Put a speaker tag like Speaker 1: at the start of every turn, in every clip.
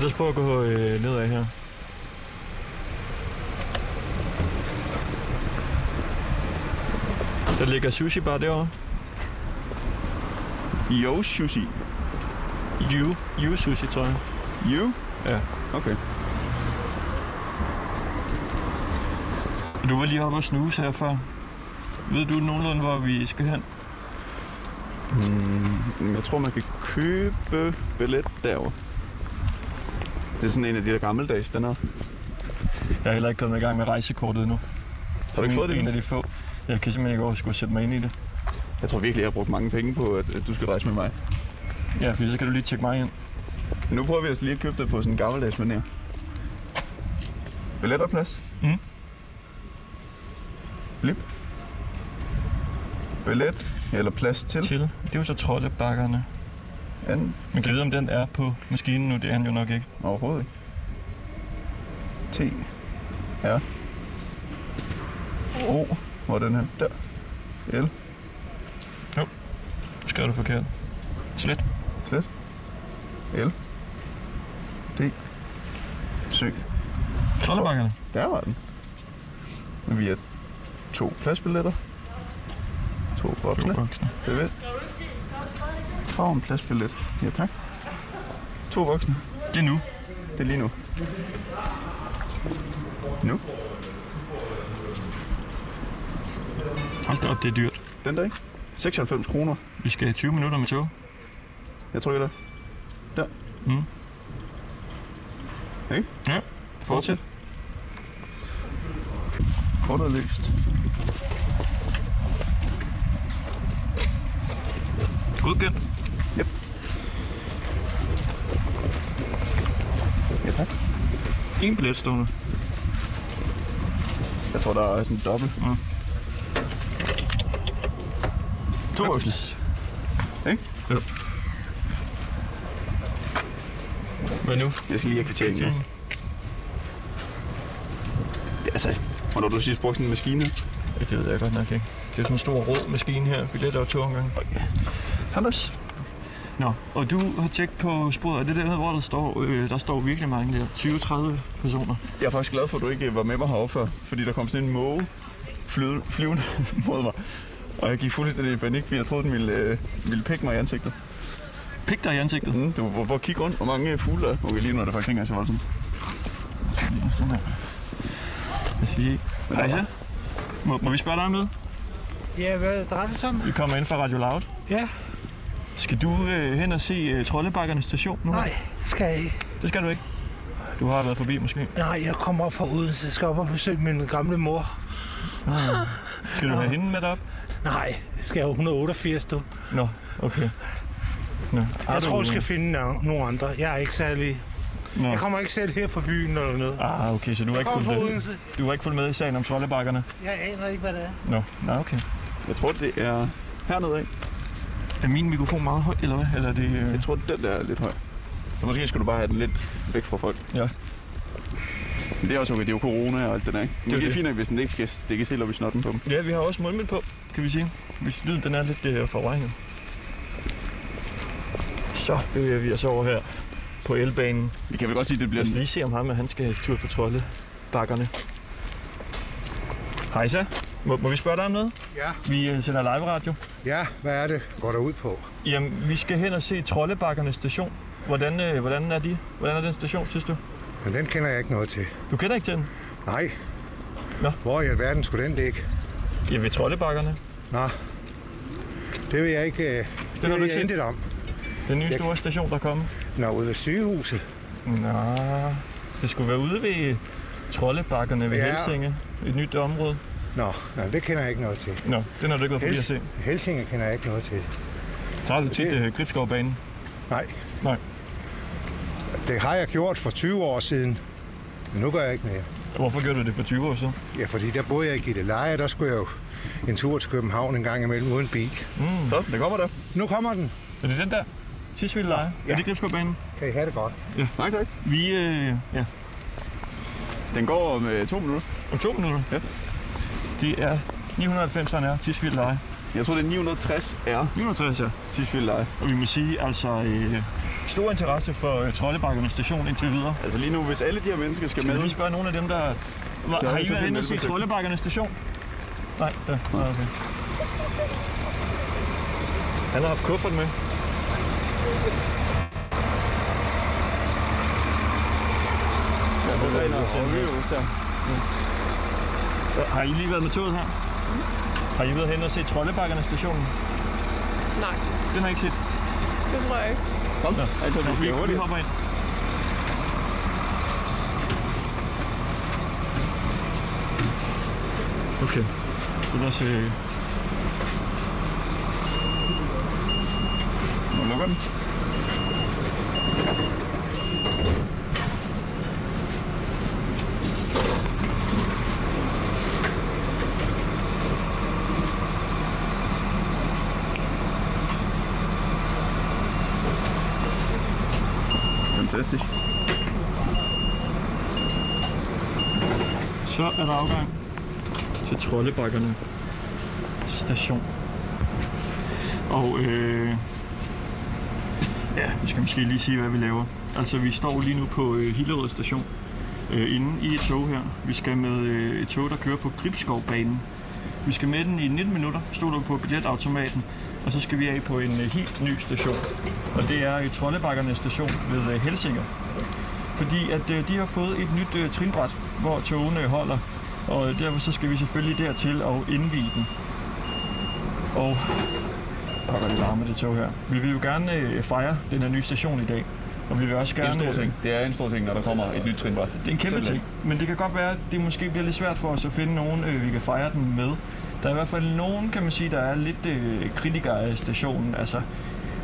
Speaker 1: passe på at gå øh, nedad her. Der ligger sushi bare derovre.
Speaker 2: Yo sushi.
Speaker 1: You, you sushi, tror jeg.
Speaker 2: You?
Speaker 1: Ja.
Speaker 2: Okay.
Speaker 1: Du var lige oppe og snuse her før. Ved du nogenlunde, hvor vi skal hen?
Speaker 2: Mm, jeg tror, man kan købe billet derovre. Det er sådan en af de der gammeldags, den her.
Speaker 1: Jeg er heller ikke kommet i gang med rejsekortet endnu.
Speaker 2: Har du ikke fået det
Speaker 1: En
Speaker 2: endnu?
Speaker 1: af de få. Jeg kan simpelthen ikke overskue at sætte mig ind i det.
Speaker 2: Jeg tror virkelig, jeg har brugt mange penge på, at, at du skal rejse med mig.
Speaker 1: Ja, fordi så kan du lige tjekke mig ind.
Speaker 2: Nu prøver vi altså lige at købe det på sådan en gammeldags manér. Billet og plads.
Speaker 1: Mhm.
Speaker 2: Lip. Billet eller plads til.
Speaker 1: Til. Det er jo så troldebakkerne.
Speaker 2: Anden.
Speaker 1: Men kan jeg vide, om den er på maskinen nu? Det er han jo nok ikke.
Speaker 2: Overhovedet ikke. T. R. O. Hvor er den her? Der. L.
Speaker 1: Nu skrev du forkert. Slet.
Speaker 2: Slet. L. D. Sø.
Speaker 1: Troldebakkerne.
Speaker 2: Der var den. Men vi har to pladsbilletter. To voksne.
Speaker 1: Voksne.
Speaker 2: Billet. Krav om pladsbillet. Ja, tak. To voksne.
Speaker 1: Det er nu.
Speaker 2: Det er lige nu. Nu?
Speaker 1: Hold da op, det er dyrt.
Speaker 2: Den der, ikke? 96 kroner.
Speaker 1: Vi skal i 20 minutter med tog.
Speaker 2: Jeg trykker der. Der.
Speaker 1: Mm.
Speaker 2: Ikke?
Speaker 1: Ja, fortsæt.
Speaker 2: Kort og løst.
Speaker 1: Godkendt.
Speaker 2: Ja, tak.
Speaker 1: En billet stående.
Speaker 2: Jeg tror, der er sådan en dobbelt.
Speaker 1: Mm.
Speaker 2: To voksne. Ikke?
Speaker 1: Jo. Hvad nu?
Speaker 2: Jeg skal lige have kvitteringen.
Speaker 1: Kvitteringen.
Speaker 2: Ja, altså, hvornår du sidst brugte sådan en maskine?
Speaker 1: Ja, det ved jeg godt nok ikke. Det er sådan en stor rød maskine her. Billet og to omgange.
Speaker 2: Anders.
Speaker 1: Nå, og du har tjekket på sporet, og det er dernede, hvor der står, øh, der står virkelig mange der. 20-30 personer.
Speaker 2: Jeg er faktisk glad for, at du ikke var med mig heroppe før, fordi der kom sådan en måge flyde, flyvende mod mig. Og jeg gik fuldstændig i panik, fordi jeg troede, den ville, øh, ville pikke mig i ansigtet.
Speaker 1: Pik dig i ansigtet.
Speaker 2: Mm, du var bare kigge rundt, hvor mange øh, fugle der er. Okay, lige nu er der faktisk ikke engang så voldsomt.
Speaker 1: Ja, sådan her. Jeg siger ikke.
Speaker 2: der
Speaker 1: Hej så. Må, må vi spørge dig om noget?
Speaker 3: Ja, hvad drejer det sig om?
Speaker 1: Vi kommer ind fra Radio Loud.
Speaker 3: Ja,
Speaker 1: Skal du øh, hen og se øh, Troldebakkerne station nu?
Speaker 3: nej, skal jeg ikke.
Speaker 1: Det skal du ikke. Du har været forbi måske.
Speaker 3: Nej, jeg kommer op fra Odense. Jeg skal op og besøge min gamle mor.
Speaker 1: Skal du have hende med dig op?
Speaker 3: Nej, jeg skal jo 188, du.
Speaker 1: Nå, okay. Nå.
Speaker 3: Jeg tror, jeg skal finde no- nogle andre. Jeg er ikke særlig...
Speaker 1: Nå.
Speaker 3: Jeg kommer ikke selv her fra byen eller noget.
Speaker 1: Ah, okay, så du har, ikke
Speaker 3: kommer
Speaker 1: fulgt
Speaker 3: fra
Speaker 1: med,
Speaker 3: Odense.
Speaker 1: du har ikke fulgt med i sagen om Troldebakkerne?
Speaker 3: Jeg aner ikke, hvad det er.
Speaker 1: Nå, Nå okay.
Speaker 2: Jeg tror, det er hernede af.
Speaker 1: Er min mikrofon meget høj, eller hvad? Eller er det... Øh...
Speaker 2: Jeg tror, den der er lidt høj. Så måske skulle du bare have den lidt væk fra folk.
Speaker 1: Ja.
Speaker 2: Men det er også okay, det er jo corona og alt det der, ikke? Men
Speaker 1: jo
Speaker 2: det er
Speaker 1: det.
Speaker 2: fint, nok, hvis den ikke skal stikkes helt op i snotten på dem.
Speaker 1: ja, vi har også mundmiddel på, kan vi sige. Hvis lyden den er lidt øh, forvrænget. Så bevæger vi os over her på elbanen.
Speaker 2: Vi kan vel godt sige, at det bliver
Speaker 1: Lad os
Speaker 2: sådan...
Speaker 1: lige se om ham, at han skal have tur på Troldebakkerne. Hejsa, må, må vi spørge dig om noget?
Speaker 4: Ja.
Speaker 1: Vi øh, sender live radio.
Speaker 4: Ja, hvad er det, går der ud på?
Speaker 1: Jamen, vi skal hen og se Troldebakkernes station. Hvordan, øh, hvordan er de? Hvordan er den station, synes du?
Speaker 4: Men den kender jeg ikke noget til.
Speaker 1: Du kender ikke til den?
Speaker 4: Nej.
Speaker 1: Nå.
Speaker 4: Hvor i alverden skulle den ligge?
Speaker 1: Ja, ved Troldebakkerne.
Speaker 4: Nå. Det vil jeg ikke... Øh, det,
Speaker 1: har du
Speaker 4: det
Speaker 1: ikke
Speaker 4: vil jeg
Speaker 1: set?
Speaker 4: intet om.
Speaker 1: Den nye store station, der er kommet.
Speaker 4: Nå, ude ved sygehuset.
Speaker 1: Nå, det skulle være ude ved Troldebakkerne ved ja.
Speaker 4: Ja.
Speaker 1: Helsinge. Et nyt område.
Speaker 4: Nå, nå, det kender jeg ikke noget til.
Speaker 1: Nå, den har du ikke været forbi at
Speaker 4: Hels-
Speaker 1: se.
Speaker 4: Helsinge kender jeg ikke noget til.
Speaker 1: Tager du tit
Speaker 4: Det-
Speaker 1: øh, Gribskovbanen?
Speaker 4: Nej,
Speaker 1: Nej.
Speaker 4: det har jeg gjort for 20 år siden. Men nu gør jeg ikke mere.
Speaker 1: Hvorfor gjorde du det for 20 år siden?
Speaker 4: Ja, fordi der boede jeg i Gilleleje, der skulle jeg jo en tur til København en gang imellem uden bil.
Speaker 2: Så, der kommer der.
Speaker 4: Nu kommer den.
Speaker 1: Er det den der? Tisvilde Leje? Ja.
Speaker 4: Ja.
Speaker 1: Er det Gribskovbanen?
Speaker 4: Kan I have det godt?
Speaker 2: Nej, tak.
Speaker 1: Vi, øh, ja,
Speaker 2: Den går om øh, to minutter.
Speaker 1: om to minutter.
Speaker 2: Ja.
Speaker 1: Det er 990'eren er Tisvilde Leje.
Speaker 2: Jeg tror, det er 960 R
Speaker 1: 960, ja.
Speaker 2: Tisvilde Leje.
Speaker 1: Og vi må sige, altså, øh, stor interesse for øh, Troldebakkernes station indtil videre.
Speaker 2: Altså lige nu, hvis alle de her mennesker skal,
Speaker 1: Skal vi
Speaker 2: med...
Speaker 1: lige spørge nogle af dem, der... Hva,
Speaker 2: Så er
Speaker 1: har
Speaker 2: det
Speaker 1: I
Speaker 2: sådan
Speaker 1: været
Speaker 2: en
Speaker 1: inde og se
Speaker 2: velbesøgt.
Speaker 1: Troldebakkernes station? Nej, der. Nej, okay. Han har haft kuffert med.
Speaker 2: Ja, det er
Speaker 1: bliver sendt
Speaker 2: der.
Speaker 1: Har I lige været med toget her? Har I været hen og set Troldebakkernes stationen?
Speaker 5: Nej,
Speaker 1: Den har jeg ikke set.
Speaker 5: det tror jeg ikke.
Speaker 2: Kom, altså, vi skal
Speaker 1: Vi, vi
Speaker 2: hurtigt.
Speaker 1: hopper ind. Okay. Så lad os... Øh,
Speaker 2: Nu lukker den. Fantastisk.
Speaker 1: så er der afgang til Troldebakkerne station. Og øh, ja, vi skal måske lige sige, hvad vi laver. Altså, vi står lige nu på øh, Hillerød station øh, inde i et tog her. Vi skal med øh, et tog, der kører på Gribskovbanen. Vi skal med den i 19 minutter, stod der på billetautomaten, og så skal vi af på en øh, helt ny station. Og det er øh, Troldebakkernes station ved øh, Helsinger fordi at øh, de har fået et nyt øh, trinbræt, hvor togene holder, og øh, derfor så skal vi selvfølgelig dertil og indvige den. Og pakker det larme det tog her. Vi vil jo gerne øh, fejre den her nye station i dag, og vi vil også
Speaker 2: Det er
Speaker 1: gerne... øh,
Speaker 2: en stor ting. Det er en stor ting, når der kommer et nyt trinbræt.
Speaker 1: Det er en kæmpe ting, men det kan godt være, at det måske bliver lidt svært for os at finde nogen, øh, vi kan fejre den med. Der er i hvert fald nogen, kan man sige, der er lidt øh, kritikere af stationen. Altså,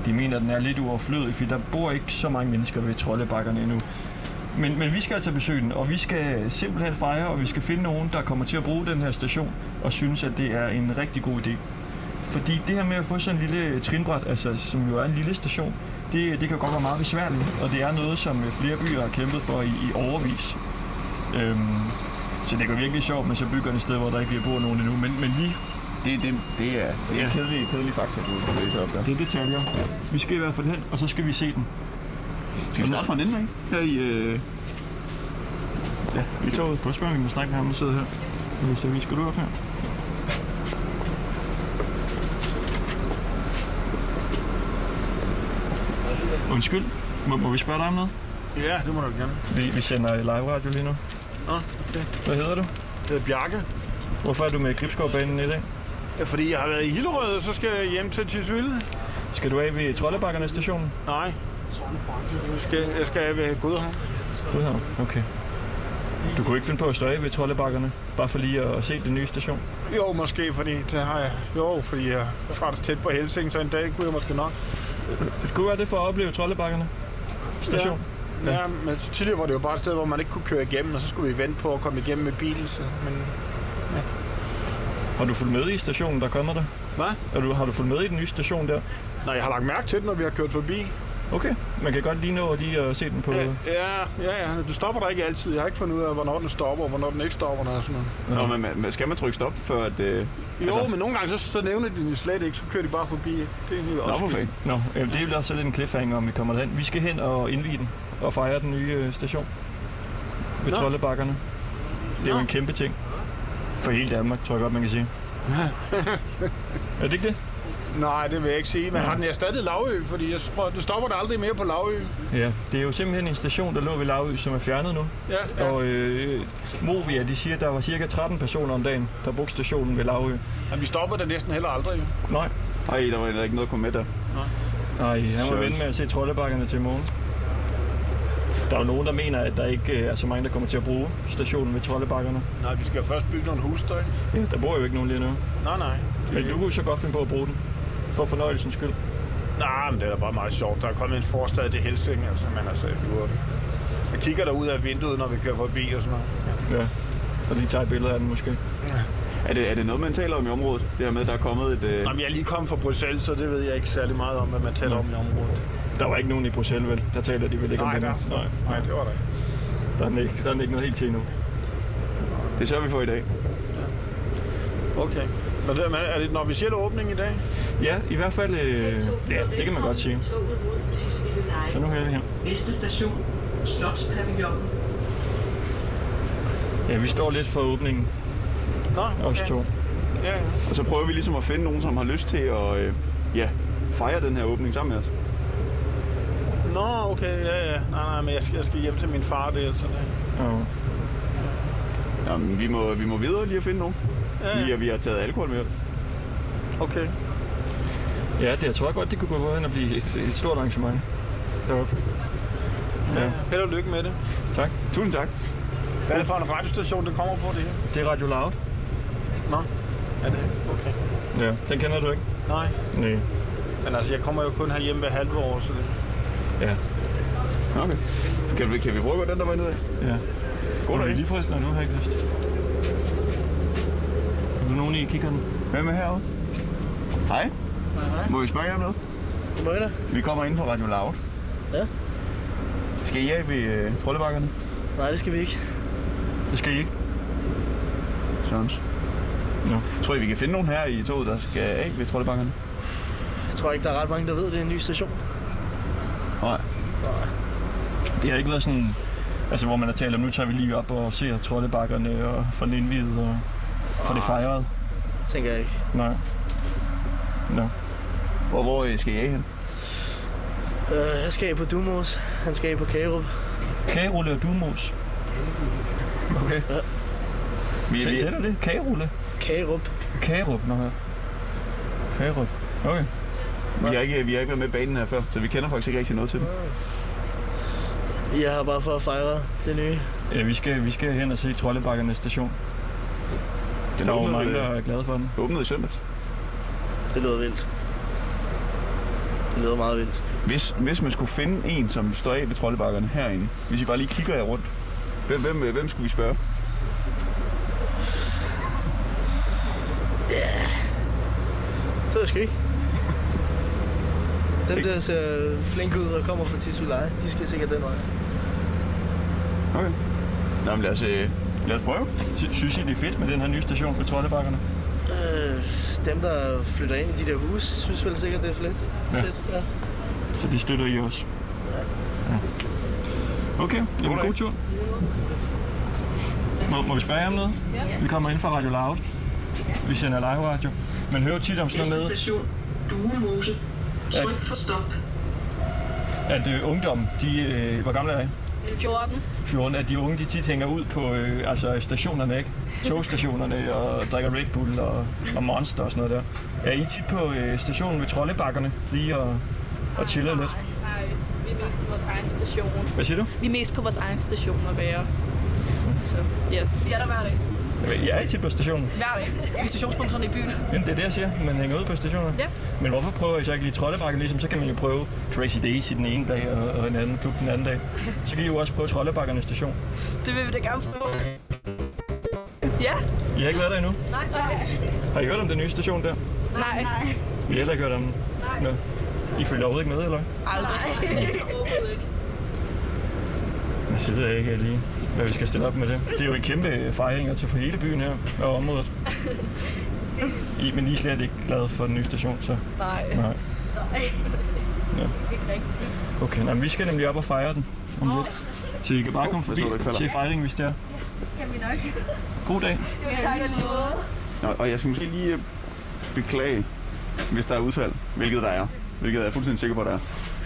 Speaker 1: de mener, at den er lidt uoverflødig, fordi der bor ikke så mange mennesker ved Troldebakkerne endnu. Men, men vi skal altså besøge den, og vi skal simpelthen fejre, og vi skal finde nogen, der kommer til at bruge den her station, og synes, at det er en rigtig god idé. Fordi det her med at få sådan en lille trinbræt, altså, som jo er en lille station, det, det kan godt være meget besværligt, og det er noget, som øh, flere byer har kæmpet for i, i overvis. Øhm, så det går virkelig sjovt, men så bygger den et sted, hvor der ikke lige bor nogen endnu. Men, men lige,
Speaker 2: Det, det, det er, det er
Speaker 1: Ja.
Speaker 2: en kedelig, kedelig faktor, du læser op der.
Speaker 1: det er detaljer. Vi skal i hvert fald hen, og så skal vi se den.
Speaker 2: Skal vi starte fra en ende, af, ikke? Her i... Øh...
Speaker 1: Ja, i toget. Prøv at spørge, om vi må snakke med ham, der sidder her. Hvis vi skal du op her? Undskyld, må, må vi spørge dig om noget?
Speaker 6: Ja, det må du gerne.
Speaker 1: Vi, vi sender live radio lige nu.
Speaker 6: Nå, okay.
Speaker 1: Hvad hedder du?
Speaker 6: Jeg hedder Øh, Bjarke.
Speaker 1: Hvorfor er du med Gribskovbanen i dag?
Speaker 6: Ja, fordi jeg har været i Hillerød, og så skal jeg hjem til Tisvilde.
Speaker 1: Skal du af ved Troldebakkerne stationen?
Speaker 6: Nej. Nu skal, jeg skal ved Gudhavn.
Speaker 1: Godhavn, okay. Du kunne ikke finde på at stå af ved Troldebakkerne, bare for lige at se den nye station?
Speaker 6: Jo, måske, fordi det har jeg. Jo, fordi jeg er faktisk tæt på Helsing, så en dag kunne jeg måske nok.
Speaker 1: Skulle være det for at opleve Troldebakkerne station? Ja.
Speaker 6: Ja. ja, men så tidligere var det jo bare et sted, hvor man ikke kunne køre igennem, og så skulle vi vente på at komme igennem med bilen. Så, men
Speaker 1: Har du fulgt med i stationen, der kommer der?
Speaker 6: Hvad?
Speaker 1: Er du, har du fulgt med i den nye station der?
Speaker 6: nej, jeg har lagt mærke til den, når vi har kørt forbi.
Speaker 1: Okay, man kan godt lige nå lige at se den på...
Speaker 6: Ja, ja, ja, ja, du stopper der ikke altid. Jeg har ikke fundet ud af, hvornår den stopper, og hvornår den ikke stopper, og sådan noget.
Speaker 2: Nå, men man- man- skal man trykke stop, før at... Øh...
Speaker 6: Jo, altså, men nogle gange, så, så nævner de den jo slet ikke, så kører de bare forbi. Det er helt
Speaker 2: Nå, for fanden.
Speaker 1: Nå, øh, det bliver så lidt en cliffhanger, om vi kommer derhen. Vi skal hen og indvige den og fejre den nye øh, station ved
Speaker 6: Nå.
Speaker 1: Troldebakkerne. Det er jo
Speaker 6: Nå.
Speaker 1: en kæmpe ting. For hele Danmark, tror jeg godt, man kan sige. er det ikke det?
Speaker 6: Nej, det vil jeg ikke sige, men har den erstattet Lavø? Fordi jeg tror, det stopper der aldrig mere på Lavø.
Speaker 1: Ja. Det er jo simpelthen en station, der lå ved Lavø, som er fjernet nu.
Speaker 6: Ja,
Speaker 1: Ja.
Speaker 6: ja.
Speaker 1: Og øh, Movia, de siger, at der var cirka 13 personer om dagen, der brugte stationen ved Lavø.
Speaker 6: Jamen, vi stopper der næsten heller aldrig. jo.
Speaker 1: Nej,
Speaker 2: Ej, der var heller ikke noget at komme med der.
Speaker 1: Nej, han må
Speaker 2: Sjovt.
Speaker 1: vente med at se troldebakkerne til i morgen. Der er jo nogen, der mener, at der ikke øh, er så mange, der kommer til at bruge stationen ved troldebakkerne.
Speaker 6: Nej, vi skal jo først bygge nogle hus der. ikke?
Speaker 1: Ja, der bor jo ikke nogen lige nu.
Speaker 6: Nej, nej. Det-
Speaker 1: Men du kunne så godt finde på at bruge den. For fornøjelsens skyld.
Speaker 6: Nej, men det er da bare meget sjovt. Der er kommet en forstad til Helsing, altså, men altså, jeg burde... Jeg kigger der ud af vinduet, når vi kører forbi og sådan noget.
Speaker 1: Ja. Og lige tage billeder af den måske.
Speaker 2: Er det, er det noget, man taler om i området? Det her med, at der er kommet et... Øh...
Speaker 6: Nå, men jeg er lige kommet fra Bruxelles, så det ved jeg ikke særlig meget om, hvad man taler om i området.
Speaker 1: Der var ikke nogen i Bruxelles, vel? Der taler de vel ikke
Speaker 6: Nej,
Speaker 1: om det.
Speaker 6: der.
Speaker 1: Nej,
Speaker 6: Nej, det var der ikke.
Speaker 1: der er, den ikke, der er den ikke noget helt til endnu.
Speaker 2: Det sørger vi for i dag.
Speaker 6: Okay. Men det, men er det den officielle åbning i dag?
Speaker 1: Ja, i hvert fald, øh, ja, det kan man godt sige. Så nu hører vi her.
Speaker 7: Næste station, Slotspavillonen.
Speaker 1: Ja, vi står lidt for åbningen,
Speaker 6: Nå,
Speaker 1: os to.
Speaker 6: ja, ja.
Speaker 2: Og så prøver vi ligesom at finde nogen, som har lyst til at øh, ja, fejre den her åbning sammen med os.
Speaker 6: Nå, okay, ja, ja. Nej, nej, men jeg skal, jeg skal hjem til min far der, så det.
Speaker 1: Og
Speaker 2: Jamen, vi må, vi må videre lige at finde nogen.
Speaker 6: Ja,
Speaker 2: Vi,
Speaker 6: ja.
Speaker 2: har- vi har taget alkohol med os.
Speaker 6: Okay.
Speaker 1: ja, det jeg tror jeg godt, det kunne gå hen og blive et, et stort arrangement. Deroppe.
Speaker 6: Ja.
Speaker 1: Ja.
Speaker 6: Held og lykke med det.
Speaker 1: Tak.
Speaker 2: Tusind tak.
Speaker 6: Hvad er det for en radiostation, den kommer på det her?
Speaker 1: Det er Radio Loud.
Speaker 6: Nå, er det Okay.
Speaker 1: Ja, den kender du ikke?
Speaker 6: Nej,
Speaker 1: Nej.
Speaker 6: men altså, jeg kommer jo kun herhjemme hver halve år, så det...
Speaker 1: Ja.
Speaker 2: Okay. Kan vi, kan vi prøve at gå den der vej nedad?
Speaker 1: Ja.
Speaker 2: Går der
Speaker 1: Vil du
Speaker 2: ikke?
Speaker 1: lige prøve, når du har ikke lyst. Er der nogen i kiggeren?
Speaker 2: Hvem er herude? Hej. Må vi spørge jer om noget?
Speaker 3: Må jeg da?
Speaker 2: Vi kommer ind fra Radio Loud.
Speaker 8: Ja.
Speaker 2: Skal I af ved øh, trollebakkerne?
Speaker 8: Nej, det skal vi ikke.
Speaker 1: Det skal I ikke.
Speaker 2: Sørens.
Speaker 1: Nå.
Speaker 2: Tror I, vi kan finde nogen her i toget, der skal af ved trollebakkerne?
Speaker 8: Jeg tror ikke, der er ret mange, der ved, det er en ny station.
Speaker 2: Nej.
Speaker 1: Det har ikke været sådan, altså hvor man har talt om, nu tager vi lige op og ser troldebakkerne og får den indvidet og får det fejret.
Speaker 8: Tænker jeg ikke.
Speaker 1: Nej. Nå.
Speaker 2: Hvor, hvor øh, skal I af hen?
Speaker 8: Øh, jeg skal af på Dumos. Han skal af på Kagerup.
Speaker 1: Kagerulle og duemos. Okay,
Speaker 2: Vi,
Speaker 1: så I sætter det? Kagerulle?
Speaker 8: Kagerup.
Speaker 1: Kagerup, nå her. Kagerup. Okay.
Speaker 2: vi, vi, har ikke, vi har ikke været med i banen her før, så vi kender faktisk ikke rigtig noget til dem.
Speaker 8: Jeg har bare for at fejre det nye.
Speaker 1: Ja, vi skal, vi skal hen og se Trollebakkernes station.
Speaker 2: Den
Speaker 1: Der er jo mange,
Speaker 2: åbnede,
Speaker 1: der
Speaker 2: øh,
Speaker 1: er glade for den.
Speaker 2: åbnede i søndags.
Speaker 8: Det lyder vildt. Det lyder meget vildt.
Speaker 2: Hvis, hvis man skulle finde en, som står af ved troldebakkerne herinde, hvis I bare lige kigger jer rundt, hvem, hvem, øh, hvem skulle vi spørge?
Speaker 8: Det ved jeg sgu ikke. Dem der ser flink ud og kommer fra Tisvilleje, de skal sikkert den vej.
Speaker 2: Okay. Nå, men lad os, øh, lad os prøve.
Speaker 1: Sy- Synes I, det er fedt med den her nye station ved Trollebakkerne?
Speaker 8: Øh, dem der flytter ind i de der huse, synes vel sikkert, det er fedt.
Speaker 1: Ja.
Speaker 8: fedt ja.
Speaker 1: Så de støtter I også? Ja. Okay, jamen, god tur. Må, må vi spørge jer om noget? Ja. Vi kommer ind fra Radio Loud. Vi sender live radio. Man hører jo tit om sådan noget
Speaker 7: Næste
Speaker 1: med,
Speaker 7: station, Duemose. Tryk for stop.
Speaker 1: at øh, ungdom, de, øh, hvor gamle er I?
Speaker 5: 14.
Speaker 1: 14, at de unge, de tit hænger ud på øh, altså stationerne, ikke? Togstationerne og drikker Red Bull og, og Monster og sådan noget der. Er I tit på øh, stationen ved Trollebakkerne lige og, og chiller lidt?
Speaker 5: Nej, vi er mest på vores egen station.
Speaker 1: Hvad siger du?
Speaker 5: Vi er mest på vores egen station at være. Så ja. Vi er der hver dag.
Speaker 1: Jeg er tit på stationen.
Speaker 5: Hver dag. Vi er stationsbunkerne i byen.
Speaker 1: Jamen, det er det, jeg siger. Man hænger ud på stationerne.
Speaker 5: Ja.
Speaker 1: Men hvorfor prøver I så ikke lige Trollebakken? Ligesom, så kan man jo prøve Crazy Days i den ene dag og, og en anden klub den anden dag. Så kan I jo også prøve Trollebakkerne station.
Speaker 5: Det vil vi da gerne prøve. Ja.
Speaker 1: I har ikke været der endnu.
Speaker 5: Nej, nej.
Speaker 1: Har I hørt om den nye station der?
Speaker 5: Nej. Nej.
Speaker 1: Vi har heller ikke hørt om den. Nej. Nå. I følger overhovedet ikke med, eller?
Speaker 5: Aldrig.
Speaker 1: Men så ved jeg ikke lige, hvad vi skal stille op med det. Det er jo en kæmpe fejring altså for hele byen her og området. I, men I er slet ikke glade for den nye station, så
Speaker 5: Nej.
Speaker 1: nej. Nej. Ja. Okay, nej, men vi skal nemlig op og fejre den om lidt. Så I kan bare komme
Speaker 2: jeg
Speaker 1: forbi
Speaker 2: så, der falder.
Speaker 1: til fejringen, hvis det er. God dag.
Speaker 2: Nå, og jeg skal måske lige øh, beklage, hvis der er udfald, hvilket der er. Hvilket jeg er fuldstændig sikker på, der er.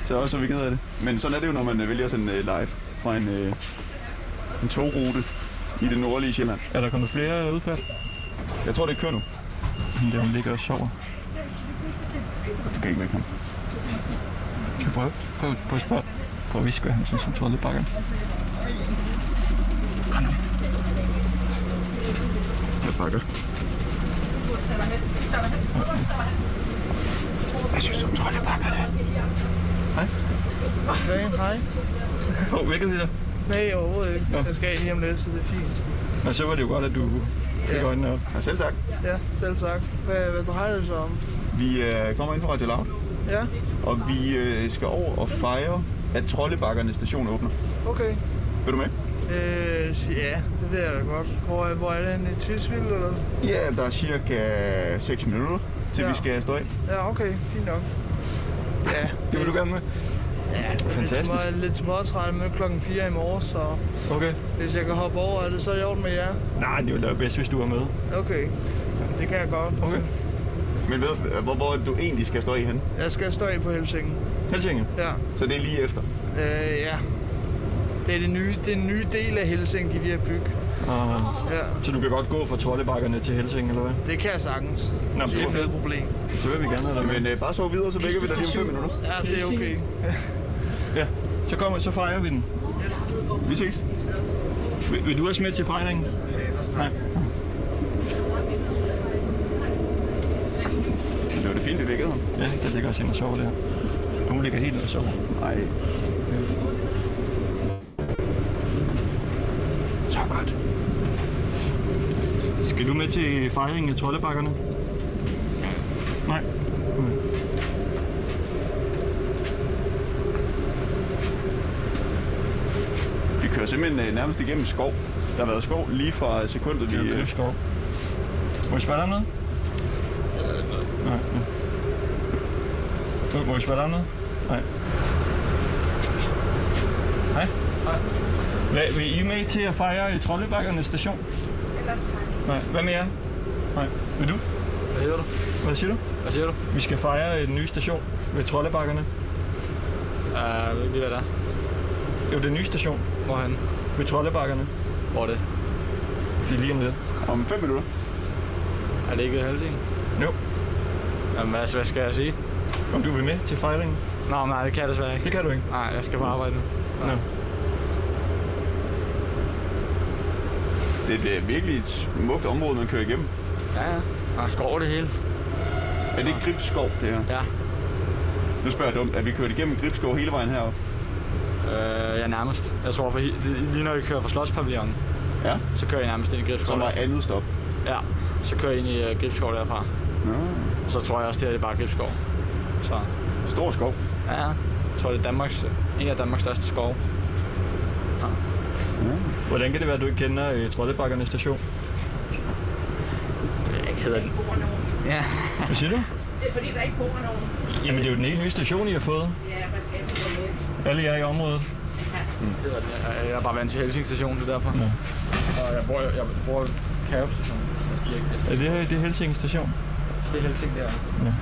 Speaker 2: Så også er vi ked af det. Men sådan er det jo, når man øh, vælger at sende øh, live fra en, øh, en togrute i det nordlige Sjælland.
Speaker 1: Er der kommet flere udfald?
Speaker 2: Jeg tror, det er kørt nu.
Speaker 1: Hende der, hun ligger og sover.
Speaker 2: Du kan ikke vække ham.
Speaker 1: Skal vi prøve? Prøv, prøv at spørge. Prøv at viske, hvad han synes om troldebakken.
Speaker 2: Jeg pakker. Hvad synes du om troldebakkerne?
Speaker 8: Hej, hej.
Speaker 1: Hov, vækkede det der?
Speaker 8: Nej, overhovedet ikke.
Speaker 1: Nå.
Speaker 8: Jeg skal ind lige om lidt, så det er fint.
Speaker 1: Men så var det jo godt, at du fik
Speaker 8: Ja.
Speaker 1: øjnene op.
Speaker 2: Ja, selv tak.
Speaker 8: Ja, selv tak. Hvad, hvad drejer det sig om?
Speaker 2: Vi øh, kommer ind fra Radio Loud,
Speaker 8: Ja,
Speaker 2: og vi øh, skal over og fejre, at Trollebakkernes station åbner.
Speaker 8: okay.
Speaker 2: Vil du med?
Speaker 8: Øh, ja, det vil jeg da godt. Hvor, er- hvor er det henne? i Tisvild eller?
Speaker 2: Ja, der er cirka 6 minutter, til ja.
Speaker 8: Ja.
Speaker 2: vi skal stå af.
Speaker 8: Ja, okay, fint nok. Ja,
Speaker 1: Det vil du gerne med?
Speaker 8: Ja, det er
Speaker 1: Fantastisk.
Speaker 8: Lidt, små, lidt småtræt med klokken 4 i morgen, så
Speaker 1: Okay.
Speaker 8: hvis jeg kan hoppe over, er det så i orden med jer?
Speaker 1: Nej, det ville da være bedst, hvis du var med.
Speaker 8: Okay, det kan jeg godt.
Speaker 1: Okay.
Speaker 2: Men ved, hvor, hvor er det, du egentlig skal stå i hen?
Speaker 8: Jeg skal stå i på Helsingen.
Speaker 1: Helsinge.
Speaker 8: Ja.
Speaker 2: Så det er lige efter.
Speaker 8: Øh, ja. Det er, det, nye, det er den nye del af Helsing, de er ved at bygge.
Speaker 1: Og,
Speaker 8: Ja,
Speaker 1: så du kan godt gå fra troldebakkerne til Helsinge, eller hvad?
Speaker 8: det kan jeg sagens.
Speaker 1: Nå,
Speaker 8: Det er et fedt problem.
Speaker 1: Så vil vi gerne have dig med.
Speaker 2: Men øh, bare sov videre, så vækker vi dig lige om 5 minutter.
Speaker 8: Ja, det er okay.
Speaker 1: Ja, så, kommer, så fejrer vi den.
Speaker 2: Vi ses.
Speaker 1: Vil, vil du også med til fejringen?
Speaker 2: Det var det fint, vi vækkede ham.
Speaker 1: Ja, der ligger også en og sover der. Og Hun ligger helt og sover.
Speaker 2: Nej.
Speaker 1: Så godt. Skal du med til fejringen af troldebakkerne? Nej. Okay.
Speaker 2: Vi kører simpelthen øh, nærmest igennem skov. Der har været skov lige fra sekundet, vi...
Speaker 1: Det er
Speaker 2: Øh,
Speaker 1: Gribskov. Må jeg spørge dig om noget?
Speaker 9: Øh,
Speaker 1: Nej. Nej. Må- Må jeg spørge dig om noget? Nej. Hej. Hvad, vil I med til at fejre i Trollebakkernes station? Ellers tak. Nej. Hvad med jer? Nej. Vil du?
Speaker 9: Hvad hedder du?
Speaker 1: Hvad siger du?
Speaker 9: Hvad siger du?
Speaker 1: Vi skal fejre øh, den nye station ved Trollebakkerne.
Speaker 9: Uh, ved lige hvad der er.
Speaker 1: Jo, den nye station
Speaker 9: Hvorhen?
Speaker 1: ved Trollebakkerne.
Speaker 9: Hvor er det?
Speaker 1: Det er lige om lidt.
Speaker 2: om 5 minutter.
Speaker 9: Er det ikke ved halvdelen?
Speaker 1: Jo.
Speaker 9: Jamen, hvad, hvad skal jeg sige?
Speaker 1: Om du vil med til fejringen?
Speaker 9: Nå, nej, det kan jeg desværre ikke.
Speaker 1: Det kan du ikke.
Speaker 9: Nej, jeg skal på arbejde nu.
Speaker 1: Nå.
Speaker 2: Det er et, øh, virkelig et smukt område, man kører igennem.
Speaker 9: Ja, ja. Der er skov over det hele.
Speaker 2: Er det ikke Gribskov, det her?
Speaker 9: Ja.
Speaker 2: Nu spørger jeg dumt, er vi kørt igennem Gribskov hele vejen herop?
Speaker 9: Øh, ja, nærmest. Jeg tror, for, he- lige når I kører fra Slotspavillonen,
Speaker 2: Ja,
Speaker 9: så kører I nærmest ind i
Speaker 2: så
Speaker 9: Gribskov.
Speaker 2: er der andet stop.
Speaker 9: Ja, så kører I ind i uh, Gribskov derfra.
Speaker 2: Nå,
Speaker 9: Og så tror jeg også, det her det er bare Gribskov. Så
Speaker 2: stor skov.
Speaker 9: ja, ja. Jeg tror, det er Danmarks, en af Danmarks største skove.
Speaker 1: Hvordan kan det være, at du ikke kender øh, Trollebakkernes station?
Speaker 9: Jeg hedder den. Ja.
Speaker 1: Hvad siger du?
Speaker 10: Det er fordi, der ikke bor nogen.
Speaker 1: Jamen, det er jo den helt nye station, I har fået.
Speaker 10: Ja, hvad skal vi gå med?
Speaker 1: Alle jer i området. Mm.
Speaker 9: Jeg er bare vant til Helsing station, det er derfor. Ja. Og jeg bor, jeg bor Karup station. så jeg stiger ikke- jeg
Speaker 1: Er det her det er Helsing station?
Speaker 9: stiger- Det er Helsing der.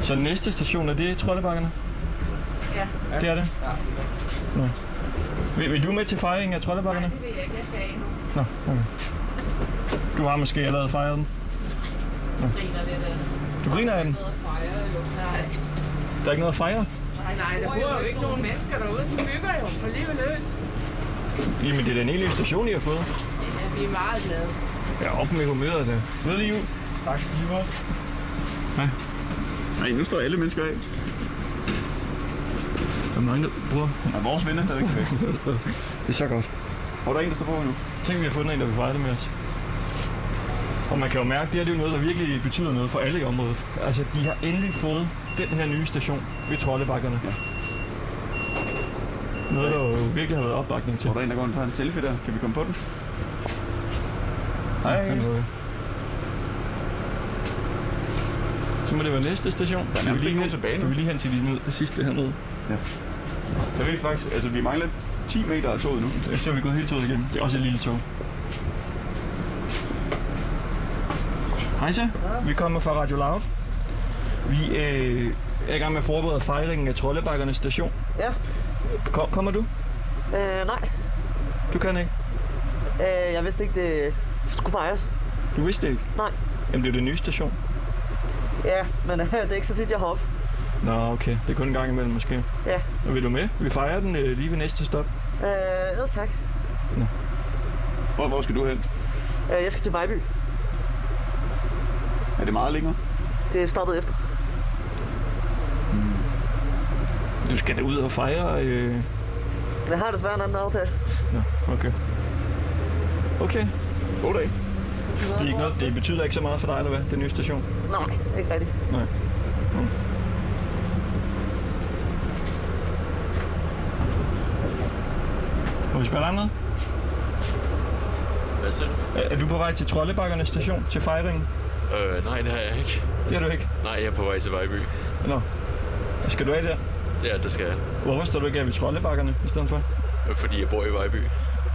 Speaker 1: Så den næste station, er det Trollebakkerne?
Speaker 10: Ja.
Speaker 1: Det er det?
Speaker 9: Ja.
Speaker 1: Nå. Vil, vil du med til fejringen af Trollebakkerne?
Speaker 10: Det ved jeg ikke, jeg skal af nu.
Speaker 1: Nå, okay. Du har måske allerede fejret den.
Speaker 10: Griner lidt af det.
Speaker 1: Du griner af den.
Speaker 10: Nej,
Speaker 1: Der er ikke noget at fejre.
Speaker 10: nej, der bor jo ikke nogen mennesker derude. De bygger jo på livet løs.
Speaker 1: Jamen, det er den helt nye station, I har fået.
Speaker 10: Ja, vi er meget glade.
Speaker 1: Ja, op med humøret det. Ved I Tak, Ivar.
Speaker 2: Nej, nu står alle mennesker af.
Speaker 1: Der er mange, der bruger.
Speaker 2: Ja, vores venner er stadigvæk væk.
Speaker 1: Det er så godt.
Speaker 2: Og der er en, der står på nu.
Speaker 1: Tænk, vi har fundet en, der vil fejre det med os. Og man kan jo mærke, at det her det er jo noget, der virkelig betyder noget for alle i området. Altså, de har endelig fået den her nye station ved Trollebakkerne. Noget, der jo virkelig har været opbakning til.
Speaker 2: Og der er en, der går og tager en selfie der. Kan vi komme på den? Hej.
Speaker 1: Så må det være næste station. Skal vi
Speaker 2: nærmest
Speaker 1: lige,
Speaker 2: ikke
Speaker 1: hen,
Speaker 2: nogen tilbage
Speaker 1: skal
Speaker 2: nu.
Speaker 1: vi lige hen til de ned, sidste hernede?
Speaker 2: Så vi faktisk, altså vi mangler 10 meter af toget nu.
Speaker 1: Så er vi gået hele toget igennem. Det er også et lille tog. Hej så. Vi kommer fra Radio Loud. Vi øh, er i gang med at forberede fejringen af Trollebakkernes station.
Speaker 11: Ja.
Speaker 1: Kom, kommer du?
Speaker 11: Øh, nej.
Speaker 1: Du kan ikke.
Speaker 11: Øh, jeg vidste ikke, det skulle fejres.
Speaker 1: Du vidste det ikke.
Speaker 11: Nej.
Speaker 1: Jamen, det er jo den nye station.
Speaker 11: Ja, men øh, det er ikke så tit, jeg hopper.
Speaker 1: Nå, okay. Det er kun en gang imellem måske.
Speaker 11: Ja.
Speaker 1: Og vil du med? Vi fejrer den øh, lige ved næste stop.
Speaker 11: Øh, ellers tak.
Speaker 2: Hvor, hvor skal du hen?
Speaker 11: Øh, jeg skal til Vejby.
Speaker 2: Er det meget længere?
Speaker 11: Det er stoppet efter.
Speaker 1: Du skal da ud og fejre. Øh...
Speaker 11: Jeg har desværre en anden aftale.
Speaker 1: Nå, okay. Okay.
Speaker 2: God dag.
Speaker 1: Det, er ikke noget, det betyder ikke så meget for dig, eller hvad? Den nye station.
Speaker 11: Nej, ikke rigtigt.
Speaker 1: Nej. Må vi spørge dig om noget?
Speaker 12: Hvad siger du?
Speaker 1: Er er du på vej til Trollebakkerne station, til fejringen?
Speaker 12: Øh, nej, det har jeg ikke.
Speaker 1: Det er du ikke?
Speaker 12: Nej, jeg er på vej til Vejby.
Speaker 1: Nå. Skal du af der?
Speaker 12: Ja, det skal jeg.
Speaker 1: Hvorfor står du ikke af ved Trollebakkerne i stedet for?
Speaker 12: Øh, Fordi jeg bor i Vejby.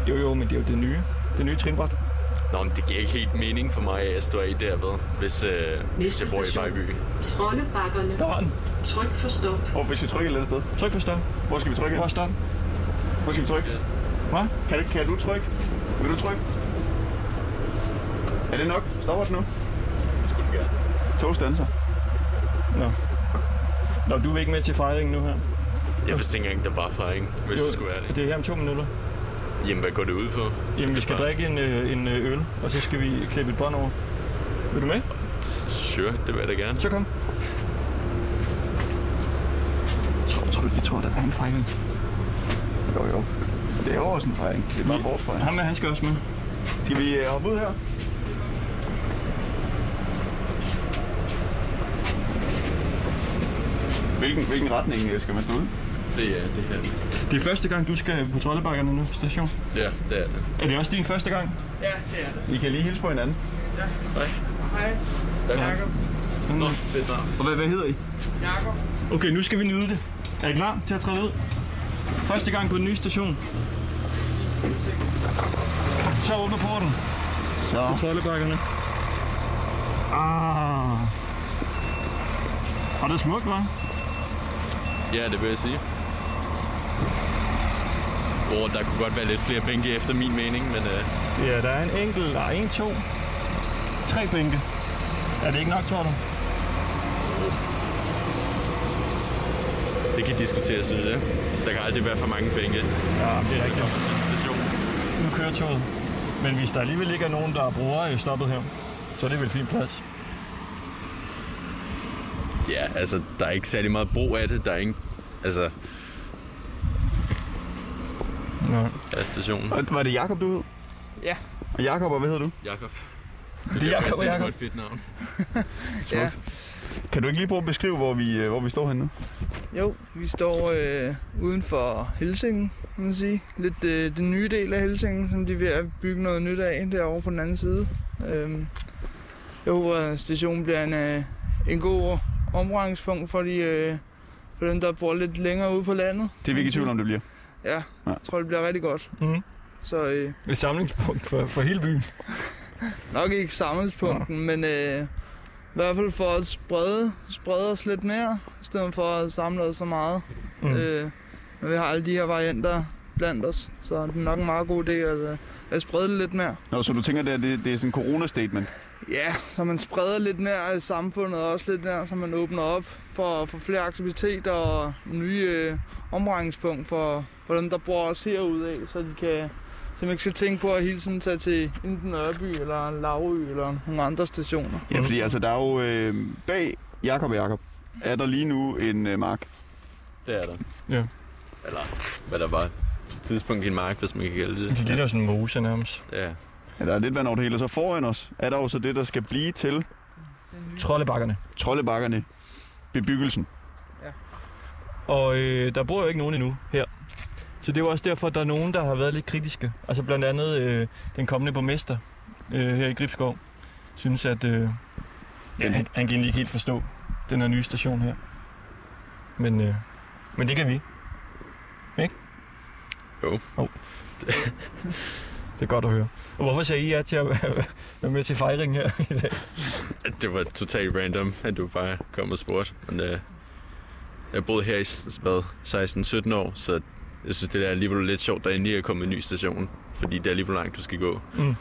Speaker 1: Jo, jo, men det er jo det nye. Det nye trinbræt.
Speaker 12: Nå, men det giver ikke helt mening for mig, at jeg står i derved, hvis, øh, hvis jeg bor i Vejby.
Speaker 7: Trollebakkerne.
Speaker 1: Der var den.
Speaker 7: Tryk for stop.
Speaker 2: Og hvis vi trykker et eller andet sted.
Speaker 1: Tryk for stop.
Speaker 2: Hvor skal vi trykke? Hvor
Speaker 1: stop?
Speaker 2: Hvor skal vi trykke?
Speaker 1: Hvad?
Speaker 2: Kan, du- kan du trykke? Vil du trykke? Er det nok? Stopper os nu. Det skulle det gerne. Tog stanser.
Speaker 1: Nå. Nå, du vil ikke med til fejringen nu her?
Speaker 12: Jeg vidste ikke engang, der var fejring, hvis
Speaker 1: Jo,
Speaker 12: det skulle være det.
Speaker 1: Det er her om to minutter.
Speaker 12: Jamen, hvad går det ud på?
Speaker 1: Jamen, vi skal drikke en, øh, en øh, øl, og så skal vi klippe et bånd over. Vil du med?
Speaker 12: Sure, det vil jeg da gerne.
Speaker 1: Så kom. Tror, tror du, de tror, der er en fejring?
Speaker 2: Jo, jo. Det er jo også en fejring. Det er bare vores fejring.
Speaker 1: Ham med, han skal også med.
Speaker 2: Skal vi øh, hoppe ud her? Hvilken, hvilken retning øh, skal man stå ud?
Speaker 12: Det er det her.
Speaker 1: Det er første gang, du skal på Trollebakkerne nu, station.
Speaker 12: Ja, det er det.
Speaker 1: Er det også din første gang?
Speaker 10: Ja, det er det.
Speaker 2: I kan lige hilse på hinanden.
Speaker 10: Ja.
Speaker 12: Hej.
Speaker 10: Hej. Jakob.
Speaker 1: Nå,
Speaker 12: det er
Speaker 2: Og hvad, hvad hedder I?
Speaker 10: Jakob.
Speaker 1: Okay, nu skal vi nyde det. Er I klar til at træde ud? Første gang på den nye station. Så åbner porten.
Speaker 2: Så.
Speaker 1: Til trollebakkerne. Ah. Og det er smukt, hva'?
Speaker 12: Ja, det vil jeg sige. Åh, oh, der kunne godt være lidt flere bænke efter min mening, men øh,
Speaker 1: Ja, der er en enkelt. Der er en, to, tre bænke. Er det ikke nok, tror du?
Speaker 12: det kan diskuteres, synes jeg. Der kan aldrig være for mange bænke.
Speaker 1: Ja, det er rigtigt.
Speaker 12: Station.
Speaker 1: Nu kører toget. Men hvis der alligevel ikke er nogen, der bruger øh, stoppet her, så er det vel fint plads.
Speaker 12: Ja, altså, der er ikke særlig meget brug af det. Der er ingen... Altså...
Speaker 1: Ja.
Speaker 12: Ja, stationen.
Speaker 2: Og var det Jakob du hed?
Speaker 8: Ja.
Speaker 2: Og Jakob, og hvad hedder du?
Speaker 12: Jakob.
Speaker 1: Det er Jakob og
Speaker 12: Det er et
Speaker 1: Jakob.
Speaker 12: godt fedt navn.
Speaker 8: Ja.
Speaker 2: Kan du ikke lige prøve at beskrive, hvor vi, øh, hvor vi står henne nu?
Speaker 8: Jo, vi står øh, uden for Helsingen, kan man sige. Lidt øh, den nye del af Helsingen, som de er ved at bygge noget nyt af derovre på den anden side. Øhm, jeg håber, at stationen bliver en, øh, en god omgangspunkt for, de, øh, for dem, der bor lidt længere ude på landet.
Speaker 2: Det er vi ikke i tvivl om, det bliver.
Speaker 8: Ja, jeg tror, det bliver rigtig godt.
Speaker 1: Mhm.
Speaker 8: Så øh,
Speaker 1: Et samlingspunkt for, for hele byen.
Speaker 8: nok ikke samlingspunkten, men øh, i hvert fald for at sprede, sprede os lidt mere, i stedet for at samle os så meget.
Speaker 1: Mm.
Speaker 8: Mm. Øh, men vi har alle de her varianter blandt os, så det er nok en meget god idé at, øh, at sprede det lidt mere.
Speaker 2: Nå, så du tænker, det er, det, det er sådan en corona-statement?
Speaker 8: Ja, så man spreder lidt mere i samfundet og også lidt mere, så man åbner op for, for flere aktiviteter og nye øh, omregningspunkt for, for dem, der bor også herude af, så de kan så man ikke skal tænke på at hele tiden tage til enten Nørreby eller Laurø eller nogle andre stationer.
Speaker 2: Ja, fordi altså, der er jo øh, bag Jakob og Jakob, er der lige nu en øh, mark.
Speaker 12: Det er der.
Speaker 1: Ja.
Speaker 12: Eller hvad der var. Tidspunkt i en mark, hvis man kan kalde det.
Speaker 1: Det ligner sådan en mose nærmest.
Speaker 12: Ja.
Speaker 2: Ja, der er lidt vand over det hele, og så foran os er der jo så det, der skal blive til
Speaker 1: Trollebakkerne.
Speaker 2: troldebakkerne, bebyggelsen.
Speaker 1: Og øh, der bor jo ikke nogen endnu her. Så det er jo også derfor, at der er nogen, der har været lidt kritiske. Altså blandt andet øh, den kommende borgmester øh, her i Gribskov, synes, at øh, ja, han, han kan egentlig ikke helt forstå den her nye station her. Men, øh, men det kan vi. Ikke?
Speaker 12: Jo.
Speaker 1: Oh. det er godt at høre. Og hvorfor sagde I ja til at være med til fejringen her i dag?
Speaker 12: Det var totalt random, at du bare kom og spurgte. Men øh, jeg boede her i s- hvad, 16-17 år, så jeg synes, det er alligevel lidt sjovt, at der endelig er kommet en ny station. Fordi det er alligevel langt, du skal gå.
Speaker 1: Mm. Jamen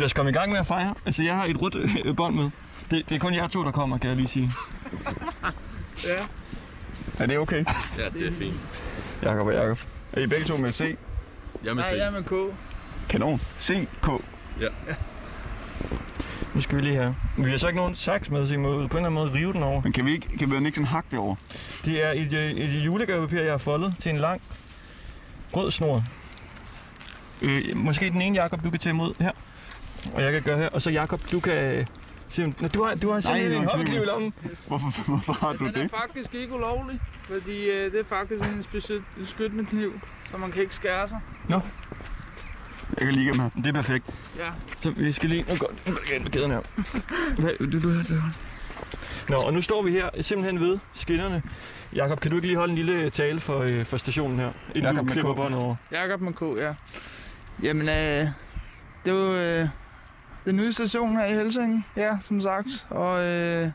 Speaker 1: lad os komme i gang med at fejre. Altså jeg har et rødt øh, bånd med. Det, det er kun jer to, der kommer, kan jeg lige sige.
Speaker 8: Ja.
Speaker 2: Er det okay?
Speaker 12: Ja, det er fint.
Speaker 2: Jakob og Jakob. Er I begge to med C?
Speaker 12: Jeg
Speaker 8: Nej, jeg er med K.
Speaker 2: Kanon. CK.
Speaker 12: Ja.
Speaker 1: Nu skal vi lige have. Men Vi har så ikke nogen saks med, så vi må på en eller anden måde rive den over.
Speaker 2: Men kan vi ikke, kan vi ikke sådan hakke det over?
Speaker 1: Det er et, øh, et julegavepapir, jeg har foldet til en lang rød snor. Øh, måske den ene Jakob, du kan tage imod her. Og jeg kan gøre her. Og så Jakob, du kan Siger hun, "Nå, du har, du har
Speaker 2: Nej,
Speaker 1: simpelthen
Speaker 2: det
Speaker 1: en
Speaker 2: var en
Speaker 1: hobbykniv i
Speaker 2: tvivl.
Speaker 1: lommen.
Speaker 2: Hvorfor, hvorfor har du
Speaker 8: Den er
Speaker 2: det?
Speaker 8: faktisk ikke ulovlig, fordi øh, det er faktisk en beskyt- beskyttende kniv, så man kan ikke skære sig.
Speaker 1: Nå. Jeg kan lige med. Det er perfekt.
Speaker 8: Ja.
Speaker 1: Så vi skal lige... Nu går, nu går jeg ind på kæden her. Hvad, du, du, du. Nå, og nu står vi her simpelthen ved skinnerne. Jakob, kan du ikke lige holde en lille tale for, øh, for stationen her, inden
Speaker 8: Jakob
Speaker 1: Jacob du
Speaker 8: med
Speaker 1: klipper
Speaker 8: K.
Speaker 1: båndet over?
Speaker 8: Jakob med K, ja. Jamen, øh, det var øh, den nye station her i Helsing, ja, som sagt. Og øh,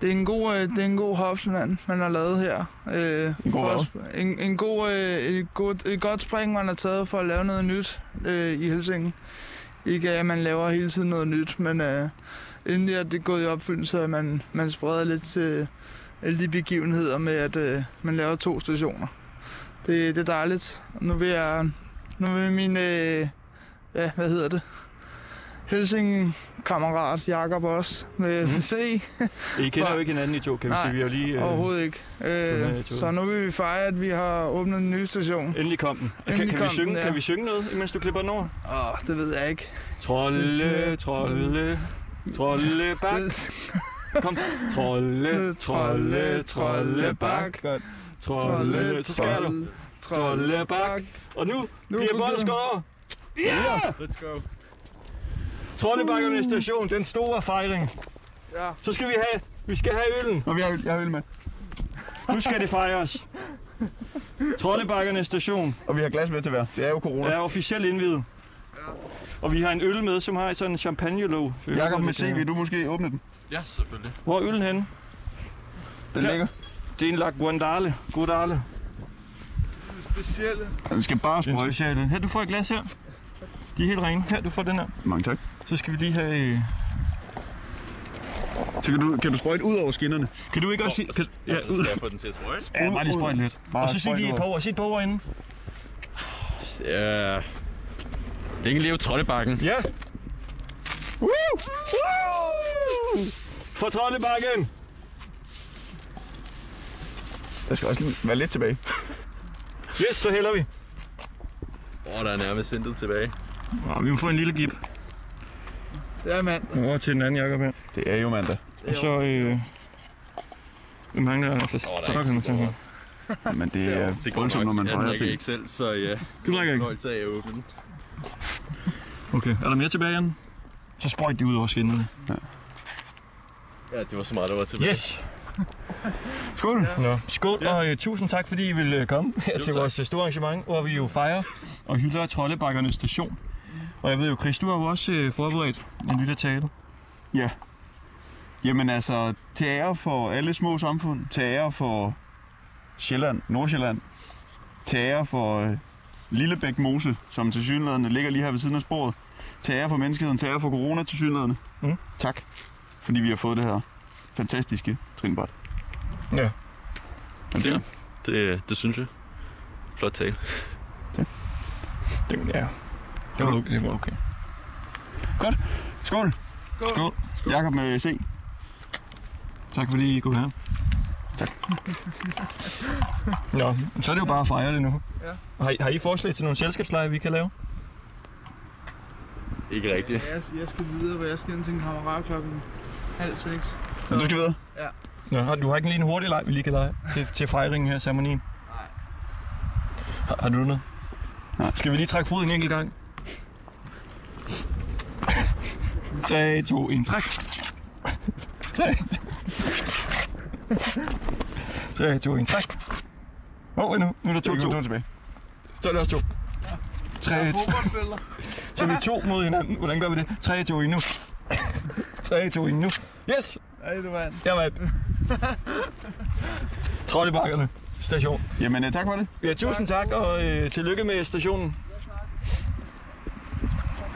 Speaker 8: det er en god, øh, det er en god hopsland, man har lavet her. Øh,
Speaker 2: En god
Speaker 8: for at
Speaker 2: hvad?
Speaker 8: sp- en, en god, øh, et, god, et godt spring, man har taget for at lave noget nyt øh, i Helsing. Ikke at man laver hele tiden noget nyt, men øh, endelig er det gået i opfyldelse, at man, man spreder lidt til øh, alle de begivenheder med, at øh, man laver to stationer. Det, det er dejligt. Nu vil jeg... Nu vil min... Øh, ja, hvad hedder det? Helsing-kammerat Jakob også med mm. C.
Speaker 1: I kender
Speaker 8: For-
Speaker 1: jo ikke hinanden i to, kan vi
Speaker 8: Nej,
Speaker 1: sige. Vi har jo lige... øh,
Speaker 8: Overhovedet ikke.
Speaker 1: fundet
Speaker 8: Øh,
Speaker 1: i to.
Speaker 8: så nu vil vi fejre, at vi har åbnet en ny station.
Speaker 1: Endelig kom den. Kan,
Speaker 8: Endelig
Speaker 1: kan,
Speaker 8: kom
Speaker 1: vi synge,
Speaker 8: den, ja.
Speaker 1: kan vi synge noget, imens du klipper den over?
Speaker 8: Åh, oh, det ved jeg ikke.
Speaker 1: Trolle, trolle, trolle bak. Kom, trolle, trolle, trolle bak. Trolle, så skal du. Trolle bak. Og nu,
Speaker 13: Nu
Speaker 1: nu bliver
Speaker 13: begynder-
Speaker 1: bolden skåret. Ja!
Speaker 13: Let's go.
Speaker 1: Trollebakkerne station, den store fejring.
Speaker 8: Ja.
Speaker 1: Så skal vi have, vi skal have øllen.
Speaker 2: Og vi har øl, jeg har øl med.
Speaker 1: Nu skal det fejres. Trollebakkerne station.
Speaker 2: Og vi har glas med til hver. Det er jo corona.
Speaker 1: Er officielt indvidet. Og vi har en øl med, som har sådan en champagne-låg.
Speaker 2: Jakob med C, vil du måske åbne den?
Speaker 1: Ja, selvfølgelig. Hvor er øllen henne?
Speaker 2: Den ligger.
Speaker 1: Det er en lak guandale. God dale.
Speaker 8: Specielle.
Speaker 2: Den skal bare
Speaker 1: sprøjte. En special. Her, du får et glas her. De er helt rene. Her, du får den her.
Speaker 2: Mange tak.
Speaker 1: Så skal vi lige have... øh,
Speaker 2: Så kan du, kan du sprøjte ud over skinnerne.
Speaker 1: Kan du ikke også sige... Kan,
Speaker 2: ja,
Speaker 12: Og så
Speaker 2: ud.
Speaker 12: skal jeg få den til at sprøjte.
Speaker 1: Ja, bare lige sprøjt lidt.
Speaker 2: Bare
Speaker 1: og så sig
Speaker 2: sprøjt
Speaker 1: lige et
Speaker 2: ud.
Speaker 1: par ord. Sig et par ord inden.
Speaker 12: Ja. Det kan leve troldebakken.
Speaker 1: Ja. Woo! Woo! For Trollebakken!
Speaker 2: Der skal også lige være lidt tilbage.
Speaker 1: Yes, så hælder vi.
Speaker 12: Åh, oh, der er nærmest intet tilbage.
Speaker 1: Nå, vi må få en lille gib.
Speaker 8: Ja, mand.
Speaker 1: Over til den anden Jacob her.
Speaker 2: Det er jo mandag.
Speaker 1: Og så... Øh, vi mangler altså...
Speaker 12: Åh, der er
Speaker 1: så sådan
Speaker 12: ikke så meget.
Speaker 1: her.
Speaker 2: Men det er voldsomt, når man
Speaker 12: Jeg
Speaker 2: fejrer
Speaker 12: drikker
Speaker 2: ting.
Speaker 12: ikke selv, så ja.
Speaker 1: Du drikker ikke?
Speaker 12: Nøjt, så er jeg åbner den.
Speaker 1: Okay, er der mere tilbage, Jan? Så sprøjt de ud over skinnerne. Ja.
Speaker 12: Ja, det var så meget, der var tilbage.
Speaker 1: Yes! Skål! Ja. Nå. Skål, og øh, tusind tak, fordi I ville øh, komme her til vores øh, store arrangement, hvor vi jo fejrer og hylder Trollebakkernes station. Og jeg ved jo, Chris, du har jo også øh, forberedt en lille tale.
Speaker 2: Ja. Jamen altså, til ære for alle små samfund, til ære for Sjælland, Nordsjælland, til ære for øh, Lillebæk Mose, som til synlædende ligger lige her ved siden af sporet, til ære for menneskeheden, til ære for corona til synlædende.
Speaker 1: Mm.
Speaker 2: Tak, fordi vi har fået det her fantastiske trinbræt.
Speaker 1: Ja.
Speaker 12: Ja, det, det synes jeg. Flot tale.
Speaker 1: Det, ja. Det var okay. Det var okay.
Speaker 2: Godt. Skål.
Speaker 1: Skål.
Speaker 2: Jakob med C.
Speaker 1: Tak fordi I kunne være Tak. Nå, så er det jo bare at fejre det nu.
Speaker 8: Ja.
Speaker 1: Har, I- har I forslag til nogle selskabsleje, vi kan lave?
Speaker 12: Ikke rigtigt.
Speaker 8: Jeg, jeg skal videre, hvor jeg skal ind til en kammerat klokken halv seks.
Speaker 2: Men du skal videre?
Speaker 8: Ja.
Speaker 1: Nå, har, du har ikke lige en hurtig leg, vi lige kan lege til, til fejringen her, ceremonien? Nej. Har, har du noget?
Speaker 2: Nej.
Speaker 1: Skal vi lige trække foden en enkelt gang? 3, 2, 1, træk. 3, 3, 2, 1, træk. Åh, oh, nu, nu er der 2, 2.
Speaker 2: to tilbage.
Speaker 1: Så er der også 2. 3, 2.
Speaker 8: Fodboldfælder.
Speaker 1: Så vi er to mod hinanden. Hvordan gør vi det? 3, 2, 1 nu. 3, 2, 1 nu. Yes!
Speaker 8: Ej, du vandt.
Speaker 1: Jeg vandt. Trollebakkerne station.
Speaker 2: Jamen, øh, tak for det.
Speaker 1: Ja, tusind tak, og øh, tillykke med stationen.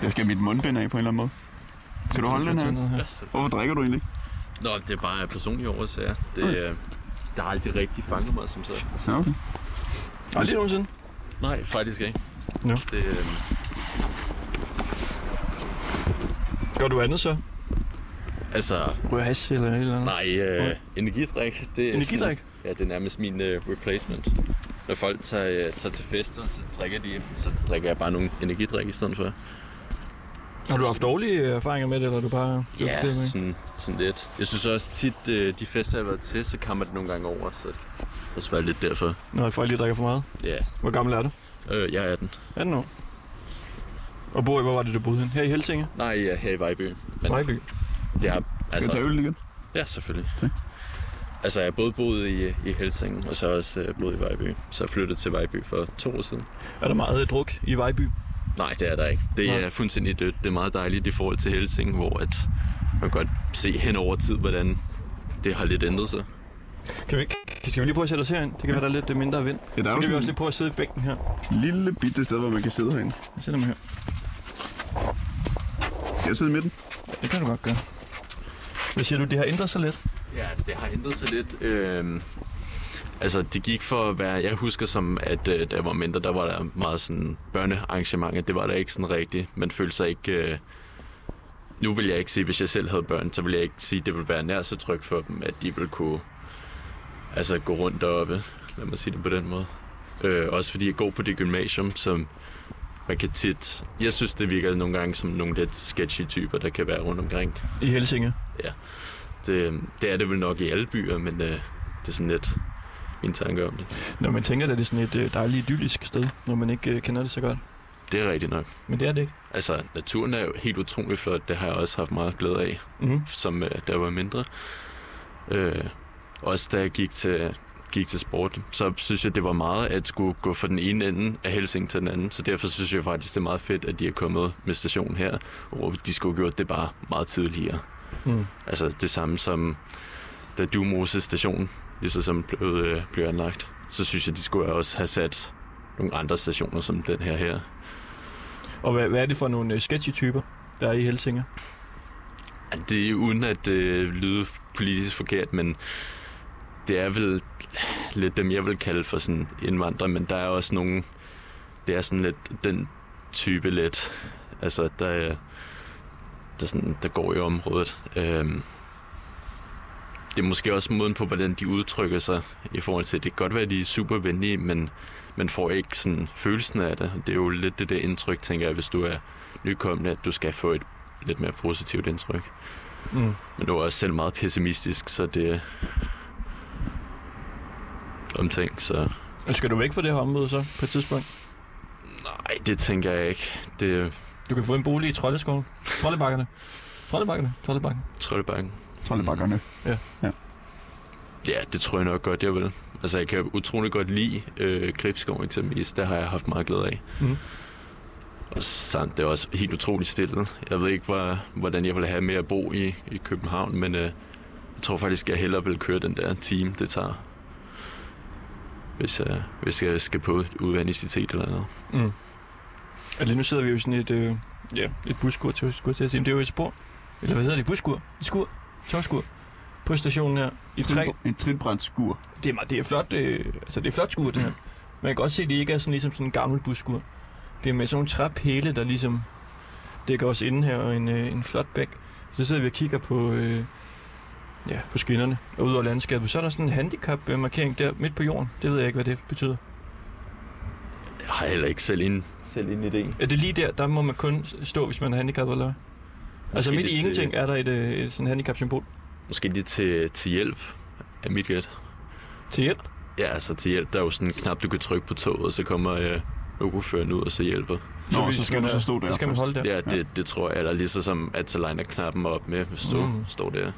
Speaker 2: Jeg skal have mit mundbind af på en eller anden måde. Skal du holde den her? Hvorfor drikker du egentlig?
Speaker 12: Nå, det er bare personlige årsager. Det, okay. der har aldrig rigtig fanget mig som sådan.
Speaker 2: Ja, okay.
Speaker 1: Aldrig nogensinde?
Speaker 12: Nej, faktisk ikke.
Speaker 1: Nå.
Speaker 12: Det, øh,
Speaker 1: Gør du andet så?
Speaker 12: altså,
Speaker 1: Rører hash eller et eller andet?
Speaker 12: nej, øh, energidrik. Det er
Speaker 1: Energidrik?
Speaker 12: Sådan, ja, det er nærmest min øh, replacement. Når folk tager, øh, tager til fester, så drikker de, så drikker jeg bare nogle energidrik i stedet for.
Speaker 1: Har du haft dårlige erfaringer med det, eller er du bare...
Speaker 12: Ja,
Speaker 1: det med?
Speaker 12: sådan, sådan lidt. Jeg synes også tit, øh, de fester, jeg har været til, så kammer det nogle gange over, så det har også været lidt derfor.
Speaker 1: Når folk lige drikker for meget?
Speaker 12: Ja.
Speaker 1: Hvor gammel er du?
Speaker 12: Øh, jeg er 18.
Speaker 1: 18 år. Og bor i, hvor var det, du boede hen? Her i Helsinge?
Speaker 12: Nej, jeg er her i Vejby. Men
Speaker 1: Vejby?
Speaker 12: Det har,
Speaker 2: Altså, Skal vi tage øl igen?
Speaker 12: Ja, selvfølgelig. Altså, jeg har både boet i, i Helsing, og så har jeg også øh, boet i Vejby. Så jeg flyttede til Vejby for to år siden.
Speaker 1: Er der meget øh, druk i Vejby?
Speaker 12: Nej, det er der ikke. Det er fuldstændig dødt. Det er meget dejligt i forhold til Helsing, hvor at man kan godt se hen over tid, hvordan det har lidt ændret sig.
Speaker 1: Kan vi, ikke- skal vi lige prøve at sætte os herind? Det kan være, der er lidt øh, mindre vind.
Speaker 12: Ja, der
Speaker 1: så
Speaker 12: er jo
Speaker 1: kan vi
Speaker 12: sådan-
Speaker 1: også lige prøve at sidde i bænken her.
Speaker 2: Lille bitte sted, hvor man kan sidde herinde.
Speaker 1: Jeg sætter mig her.
Speaker 2: Skal jeg sidde i midten?
Speaker 1: Det kan du godt gøre. Hvad siger du, det har ændret sig lidt?
Speaker 12: Ja, altså, det har ændret sig lidt. Øhm, altså, det gik for at være... Jeg husker som, at øh, da jeg var mindre, der var der meget sådan børnearrangementer. Det var der ikke sådan rigtigt. Man følte sig ikke... Øh, nu vil jeg ikke sige, hvis jeg selv havde børn, så vil jeg ikke sige, at det ville være nær så trygt for dem, at de ville kunne altså, gå rundt deroppe. Lad mig sige det på den måde. Øh, også fordi jeg går på det gymnasium, som man kan tit... Jeg synes, det virker nogle gange som nogle lidt sketchy typer, der kan være rundt omkring.
Speaker 1: I Helsinge?
Speaker 12: Ja. Det, øh, det er det vel nok i alle byer, men øh, det er sådan lidt min tanke om det.
Speaker 1: Når man tænker, at det er sådan et øh, dejligt idyllisk sted, når man ikke øh, kender det så godt.
Speaker 12: Det er rigtigt nok.
Speaker 1: Men det er det ikke.
Speaker 12: Altså, naturen er jo helt utrolig flot. Det har jeg også haft meget glæde af,
Speaker 1: Mhm.
Speaker 12: som øh, da jeg var mindre. Øh, også da jeg gik til, gik til sport, så synes jeg, det var meget at skulle gå fra den ene ende af Helsing til den anden. Så derfor synes jeg faktisk, det er meget fedt, at de er kommet med stationen her, hvor de skulle have gjort det bare meget tidligere.
Speaker 1: Mm.
Speaker 12: Altså det samme som da Dumose station lige så som blev, øh, blev anlagt, så synes jeg, de skulle også have sat nogle andre stationer som den her her.
Speaker 1: Og hvad, hvad er det for nogle øh, sketchy typer, der er i Helsinge?
Speaker 12: At Det er uden at øh, lyde politisk forkert, men det er vel lidt dem, jeg vil kalde for sådan indvandrere, men der er også nogle, det er sådan lidt den type lidt, altså der, er- der, sådan, der går i området. Øhm, det er måske også måden på, hvordan de udtrykker sig i forhold til, det kan godt være, at de er super venlige, men man får ikke sådan følelsen af det. Det er jo lidt det der indtryk, tænker jeg, hvis du er nykommende, at du skal få et lidt mere positivt indtryk.
Speaker 1: Mm.
Speaker 12: Men du er også selv meget pessimistisk, så det om ting, så
Speaker 1: Og Skal du væk fra det her område så, på et tidspunkt?
Speaker 12: nej, det tænker jeg ikke. Det
Speaker 1: Du kan få en bolig i Troldeskoven. Troldebakkerne. Troldebakkerne. Troldebakken.
Speaker 12: Trollebakken.
Speaker 2: Trollebakkerne.
Speaker 1: Ja.
Speaker 2: ja.
Speaker 12: Ja, det tror jeg nok godt, jeg vil. Altså, jeg kan utrolig godt lide øh, Gribskov eksempelvis. Der har jeg haft meget glæde af.
Speaker 1: Mhm.
Speaker 12: Og samt, det er også helt utroligt stille. Jeg ved ikke, hvor, hvordan jeg ville have med at bo i, i København, men øh, jeg tror faktisk, jeg hellere vil køre den der time, det tager. Hvis jeg, hvis jeg skal på et udvanicitet eller noget.
Speaker 1: Mm. Altså nu sidder vi jo i sådan et, øh, ja, et buskur, til, skulle jeg til at sige. Men det er jo et spor. Eller hvad hedder det? Buskur? Et skur? Togskur? På stationen her. I tre.
Speaker 2: En trinbrændskur.
Speaker 1: Det er, meget- det er flot, øh, altså det er flot skur, det her. Man kan godt se, at det ikke er sådan, ligesom sådan en gammel busskur. Det er med sådan nogle træpæle, der ligesom dækker os inde her, og en, øh, en flot bæk. Så sidder vi og kigger på, øh, ja, på skinnerne og ud over landskabet. Så er der sådan en handicap-markering der midt på jorden. Det ved jeg ikke, hvad det betyder.
Speaker 12: Jeg har heller ikke selv en, selv en idé.
Speaker 1: Er det lige der, der må man kun stå, hvis man er handicap, eller hvad? Altså
Speaker 12: Måske
Speaker 1: midt i
Speaker 12: lidt,
Speaker 1: ingenting
Speaker 12: øh,
Speaker 1: er der et, øh, et sådan handicap-symbol.
Speaker 12: Måske lige til, til hjælp af mit gæt.
Speaker 1: Til hjælp?
Speaker 12: Ja, altså til hjælp. Der er jo sådan en knap, du kan trykke på toget, og så kommer øh, lokoføreren ud, og så hjælper.
Speaker 2: Så Nå, vi så skal skal du så der- stå der
Speaker 1: det skal man først. holde der.
Speaker 12: Ja, det, det tror jeg. Eller lige så som, at så liner knappen op med, hvis du
Speaker 1: Mhm.
Speaker 12: mm. står der.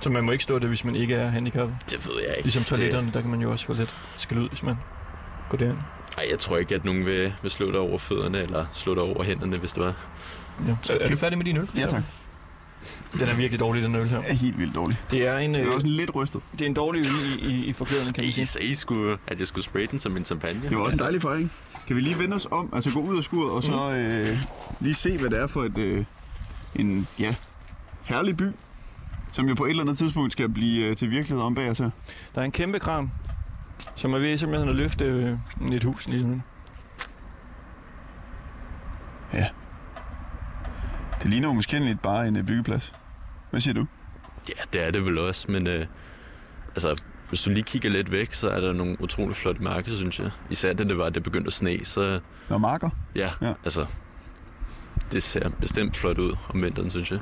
Speaker 1: Så man må ikke stå der, hvis man ikke er handicappet.
Speaker 12: Det ved jeg ikke.
Speaker 1: Ligesom
Speaker 12: Det-
Speaker 1: toiletterne, der kan man jo også få lidt skal ud, hvis man går derind.
Speaker 12: Ej, jeg tror ikke, at nogen vil, vil slå dig over fødderne, eller slå dig over hænderne, hvis det var.
Speaker 1: Ja. Er, er du færdig med din øl?
Speaker 12: Ja, tak.
Speaker 1: Den er virkelig dårlig, den øl her.
Speaker 2: Er helt vildt dårlig.
Speaker 1: Det er en...
Speaker 2: Den er også
Speaker 1: lidt rystet. Det er en dårlig øl i, i, i forklædningen, kan vi
Speaker 12: I
Speaker 1: sige.
Speaker 12: sagde, I skulle, at jeg skulle spraye den som en champagne.
Speaker 2: Det var også en dejlig fejring. Kan vi lige vende os om, altså gå ud af skuret, og så øh, lige se, hvad det er for et, øh, en ja, herlig by, som jo på et eller andet tidspunkt skal blive øh, til virkelighed om bag os her.
Speaker 1: Der er en kæmpe kran, som er ved simpelthen at løfte øh, et hus lige nu.
Speaker 2: Ja. Det ligner jo miskendeligt bare en øh, byggeplads. Hvad siger du?
Speaker 12: Ja, det er det vel også, men øh, altså, hvis du lige kigger lidt væk, så er der nogle utrolig flotte marker, synes jeg. Især da det var, at det begyndte at sne, så...
Speaker 2: Nå, marker?
Speaker 12: Ja, ja. altså, det ser bestemt flot ud om vinteren, synes jeg.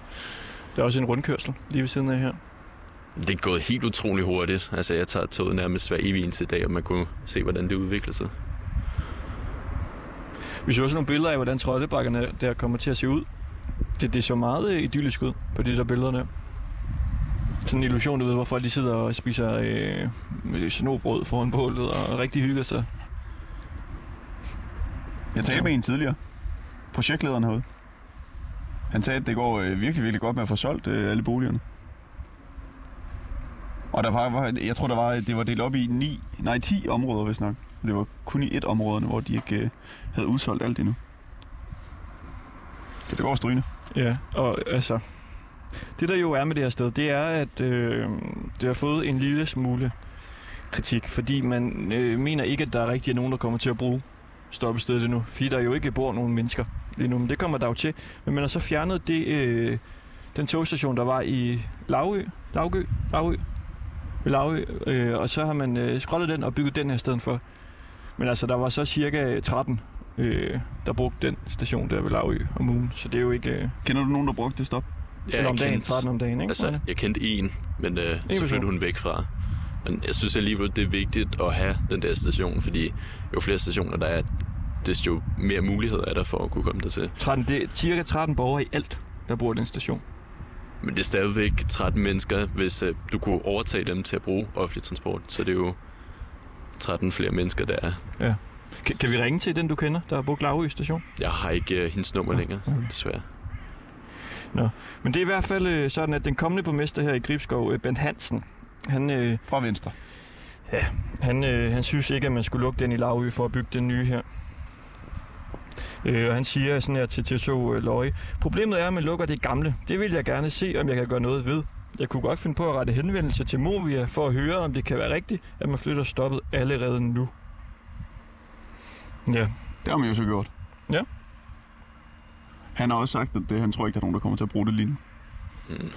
Speaker 1: Der er også en rundkørsel lige ved siden af her.
Speaker 12: Det er gået helt utrolig hurtigt. Altså, jeg tager toget nærmest hver evig eneste dag, og man kunne se, hvordan det udvikler sig.
Speaker 1: Vi så også nogle billeder af, hvordan troldebakkerne der kommer til at se ud. Det, det så meget øh, idyllisk ud på de der billeder der. Sådan en illusion, du ved, hvorfor de sidder og spiser øh, med snobrød foran bålet og rigtig hygger sig.
Speaker 2: Jeg talte med en tidligere. Projektlederen herude. Han sagde, at det går øh, virkelig, virkelig godt med at få solgt øh, alle boligerne. Og der var- var, jeg tror, der var, det var delt op i 9, nej, 10 områder, hvis nok. Det var kun i et område, hvor de ikke øh, havde udsolgt alt endnu. Så det går strygende.
Speaker 1: Ja, og altså... Det der jo er med det her sted, det er, at øh, det har fået en lille smule kritik, fordi man øh, mener ikke, at der rigtig er nogen, der kommer til at bruge stoppestedet endnu, fordi der jo ikke bor nogen mennesker lige nu, men det kommer der jo til. Men man har så fjernet det, øh, den togstation, der var i Lavø, Lavgø, Lavø, ved Lavø, øh, og så har man øh, skrottet den og bygget den her i stedet for. Men altså, der var så cirka 13, øh, der brugte den station der ved Lavø om ugen, så det er jo ikke... Øh,
Speaker 2: Kender du nogen, der brugte det stop?
Speaker 1: Ja, eller om dagen, 13 om dagen, ikke?
Speaker 12: Altså, jeg kendte en, men øh, så
Speaker 1: person.
Speaker 12: flyttede hun væk fra. Men jeg synes alligevel, det er vigtigt at have den der station, fordi jo flere stationer der er, desto mere muligheder er der for at kunne komme dertil.
Speaker 1: 13, det er cirka 13 borgere i alt, der bor i den station.
Speaker 12: Men det er stadigvæk 13 mennesker, hvis øh, du kunne overtage dem til at bruge offentlig transport, så det er jo 13 flere mennesker, der er.
Speaker 1: Ja. Kan, kan vi ringe til den, du kender, der har brugt Lavø station?
Speaker 12: Jeg har ikke øh, hendes nummer længere, desværre.
Speaker 1: Nå. Men det er i hvert fald øh, sådan, at den kommende borgmester her i Gribskov, øh, Bent Hansen, han... Øh,
Speaker 2: Fra Venstre.
Speaker 1: Ja, han, øh, han synes ikke, at man skulle lukke den i Lavø for at bygge den nye her. Øh, og han siger sådan her til TV2 øh, Løje, problemet er, at man lukker det gamle. Det vil jeg gerne se, om jeg kan gøre noget ved. Jeg kunne godt finde på at rette henvendelse til Movia for at høre, om det kan være rigtigt, at man flytter stoppet allerede nu. Ja.
Speaker 2: Det har man jo så gjort.
Speaker 1: Ja.
Speaker 2: Han har også sagt, at det, han tror ikke, der er nogen, der kommer til at bruge det lige nu.
Speaker 12: Mm.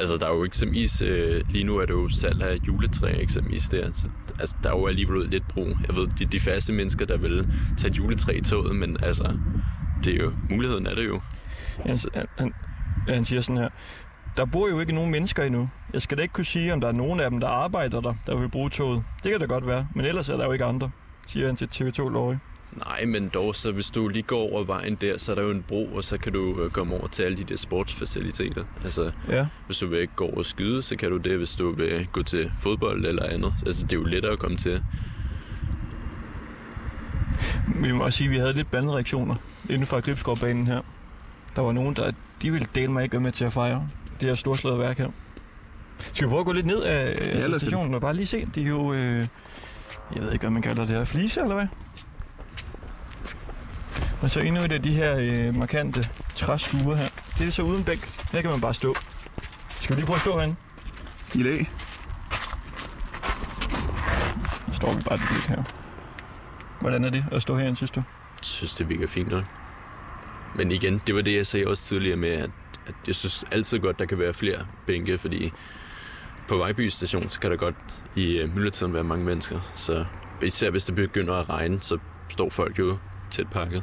Speaker 12: Altså, der er jo eksempelvis... Øh, lige nu er det jo salg af juletræ eksempelvis der. Så, altså, der er jo alligevel lidt brug. Jeg ved, de, de faste mennesker, der vil tage et juletræ i toget, men altså, det er jo... Muligheden er det jo.
Speaker 1: Han, han, han, ja, han siger sådan her. Der bor jo ikke nogen mennesker endnu. Jeg skal da ikke kunne sige, om der er nogen af dem, der arbejder der, der vil bruge toget. Det kan da godt være, men ellers er der jo ikke andre, siger han til TV2 Løje.
Speaker 12: Nej, men dog, så hvis du lige går over vejen der, så er der jo en bro, og så kan du øh, komme over til alle de der sportsfaciliteter. Altså,
Speaker 1: Ja.
Speaker 12: hvis du vil gå over og skyde, så kan du det, hvis du vil gå til fodbold eller andet. Altså, det er jo lettere at komme til.
Speaker 1: Vi må også sige, at vi havde lidt blandede reaktioner inden for Gribskovbanen her. Der var nogen, der de ville dele mig ikke være med til at fejre det her storslåede værk her. Skal vi prøve at gå lidt ned af
Speaker 9: Ja,
Speaker 1: ja,
Speaker 9: lad os
Speaker 1: altså,
Speaker 9: det.
Speaker 1: stationen og bare lige se? Det er jo, øh, jeg ved ikke, hvad man kalder det her, fliser eller hvad? Og så endnu et af de her øh, markante træskure her. Det er så uden bænk. Her kan man bare stå. Skal vi lige prøve at stå herinde?
Speaker 2: I dag.
Speaker 1: Så står vi bare lidt her. Hvordan er det at stå herinde, synes du?
Speaker 12: Jeg synes, det virker fint nok. Men igen, det var det, jeg sagde også tidligere med, at, at jeg synes altid godt, der kan være flere bænke, fordi på Vejby station, så kan der godt i øh, myldretiden være mange mennesker. Så især hvis det begynder at regne, så står folk jo tæt pakket.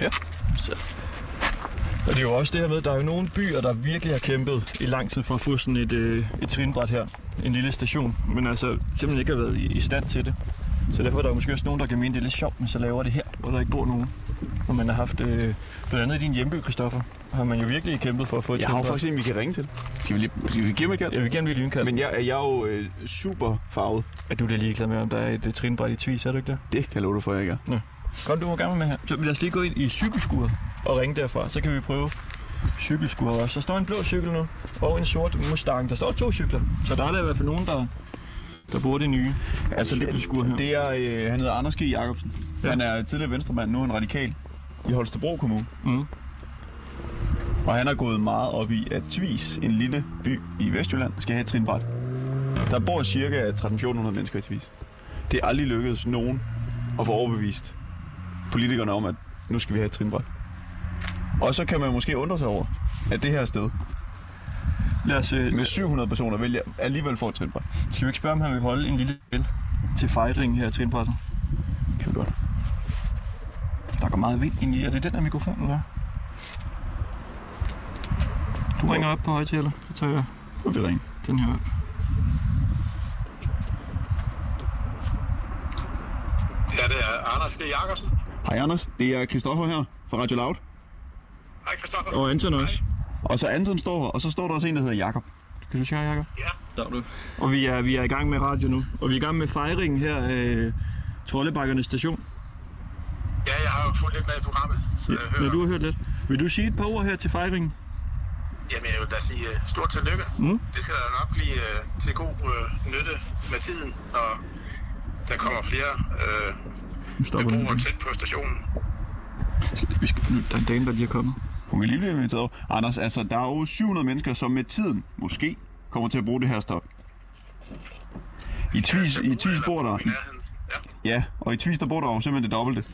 Speaker 2: Ja.
Speaker 12: Så
Speaker 1: Og det er jo også det her med, at der er jo nogle byer, der virkelig har kæmpet i lang tid for at få sådan et, øh, et trinbræt her. En lille station. Men altså simpelthen ikke har været i, i stand til det. Så derfor er der jo måske også nogen, der kan mene, det er lidt sjovt, men så laver det her, hvor der ikke bor nogen. Og man har haft, øh, blandt andet i din hjemby, Christoffer, har man jo virkelig kæmpet for at få et
Speaker 2: Jeg har jo faktisk en, vi kan ringe til. Skal vi, lige, skal vi give ham et kald?
Speaker 1: Ja, vi giver ham lige et lynkald.
Speaker 2: Men jeg, jeg er jo øh, super farvet.
Speaker 1: Er du det ligeglad med, om der er et øh, trinbræt i Tvis, er du ikke det?
Speaker 2: Det kan jeg love dig for, jeg ikke er.
Speaker 1: Nå. Godt, du må gerne være med her. Så lad os lige gå ind i cykelskuret og ringe derfra. Så kan vi prøve cykelskuret også. Der står en blå cykel nu, og en sort Mustang. Der står to cykler, så der er der i hvert fald nogen, der, der bruger det nye.
Speaker 2: Altså, det, det er, øh, han hedder Anders G. Jacobsen. Ja. Han er tidligere venstremand, nu er han radikal i Holstebro Kommune.
Speaker 1: Mm.
Speaker 2: Og han har gået meget op i, at Tvis, en lille by i Vestjylland, skal have et trinbræt. Der bor cirka 1300-1400 mennesker i Tvis. Det er aldrig lykkedes nogen at få overbevist politikerne om, at nu skal vi have et trinbræt. Og så kan man måske undre sig over, at det her sted
Speaker 1: Lad os, øh,
Speaker 2: med 700 personer vælger alligevel får et trinbræt.
Speaker 1: Skal vi ikke spørge, om han vil holde en lille spil til fejringen her i trinbrættet?
Speaker 2: Kan vi godt.
Speaker 1: Der går meget vind ind i. Er det den der mikrofon, eller hvad? Du ringer op på højtaler, så tager jeg
Speaker 2: det ringe.
Speaker 1: den her op.
Speaker 14: Ja, det er Anders G. Jakobsen.
Speaker 2: Hej Anders, det er Christoffer her fra Radio Loud.
Speaker 14: Hej Christoffer.
Speaker 1: Og Anton også.
Speaker 2: Og så Anton står her, og så står der også en, der hedder Jakob.
Speaker 1: Kan du se her, Jacob?
Speaker 2: Der
Speaker 1: du. Og vi er, vi er i gang med radio nu. Og vi er i gang med fejringen her af Trollebakkernes station.
Speaker 14: Ja, jeg har jo fulgt lidt med i programmet. Så jeg
Speaker 1: Men
Speaker 14: hører.
Speaker 1: du har hørt lidt. Vil du sige et par ord her til fejringen?
Speaker 14: Jamen, jeg vil da sige uh, stort tillykke.
Speaker 1: Mm.
Speaker 14: Det skal da nok blive uh, til god uh, nytte med tiden, når der kommer flere uh,
Speaker 1: Nu stopper den.
Speaker 14: beboere tæt på stationen.
Speaker 1: Vi skal, nu, der er en dame, der lige er kommet.
Speaker 2: Hun kan lige blive inviteret. over. Anders, altså, der er jo 700 mennesker, som med tiden måske kommer til at bruge det her stop. I Tvis, i Tvis bor der... Ja, og i Tvis, der bor der jo simpelthen det dobbelte.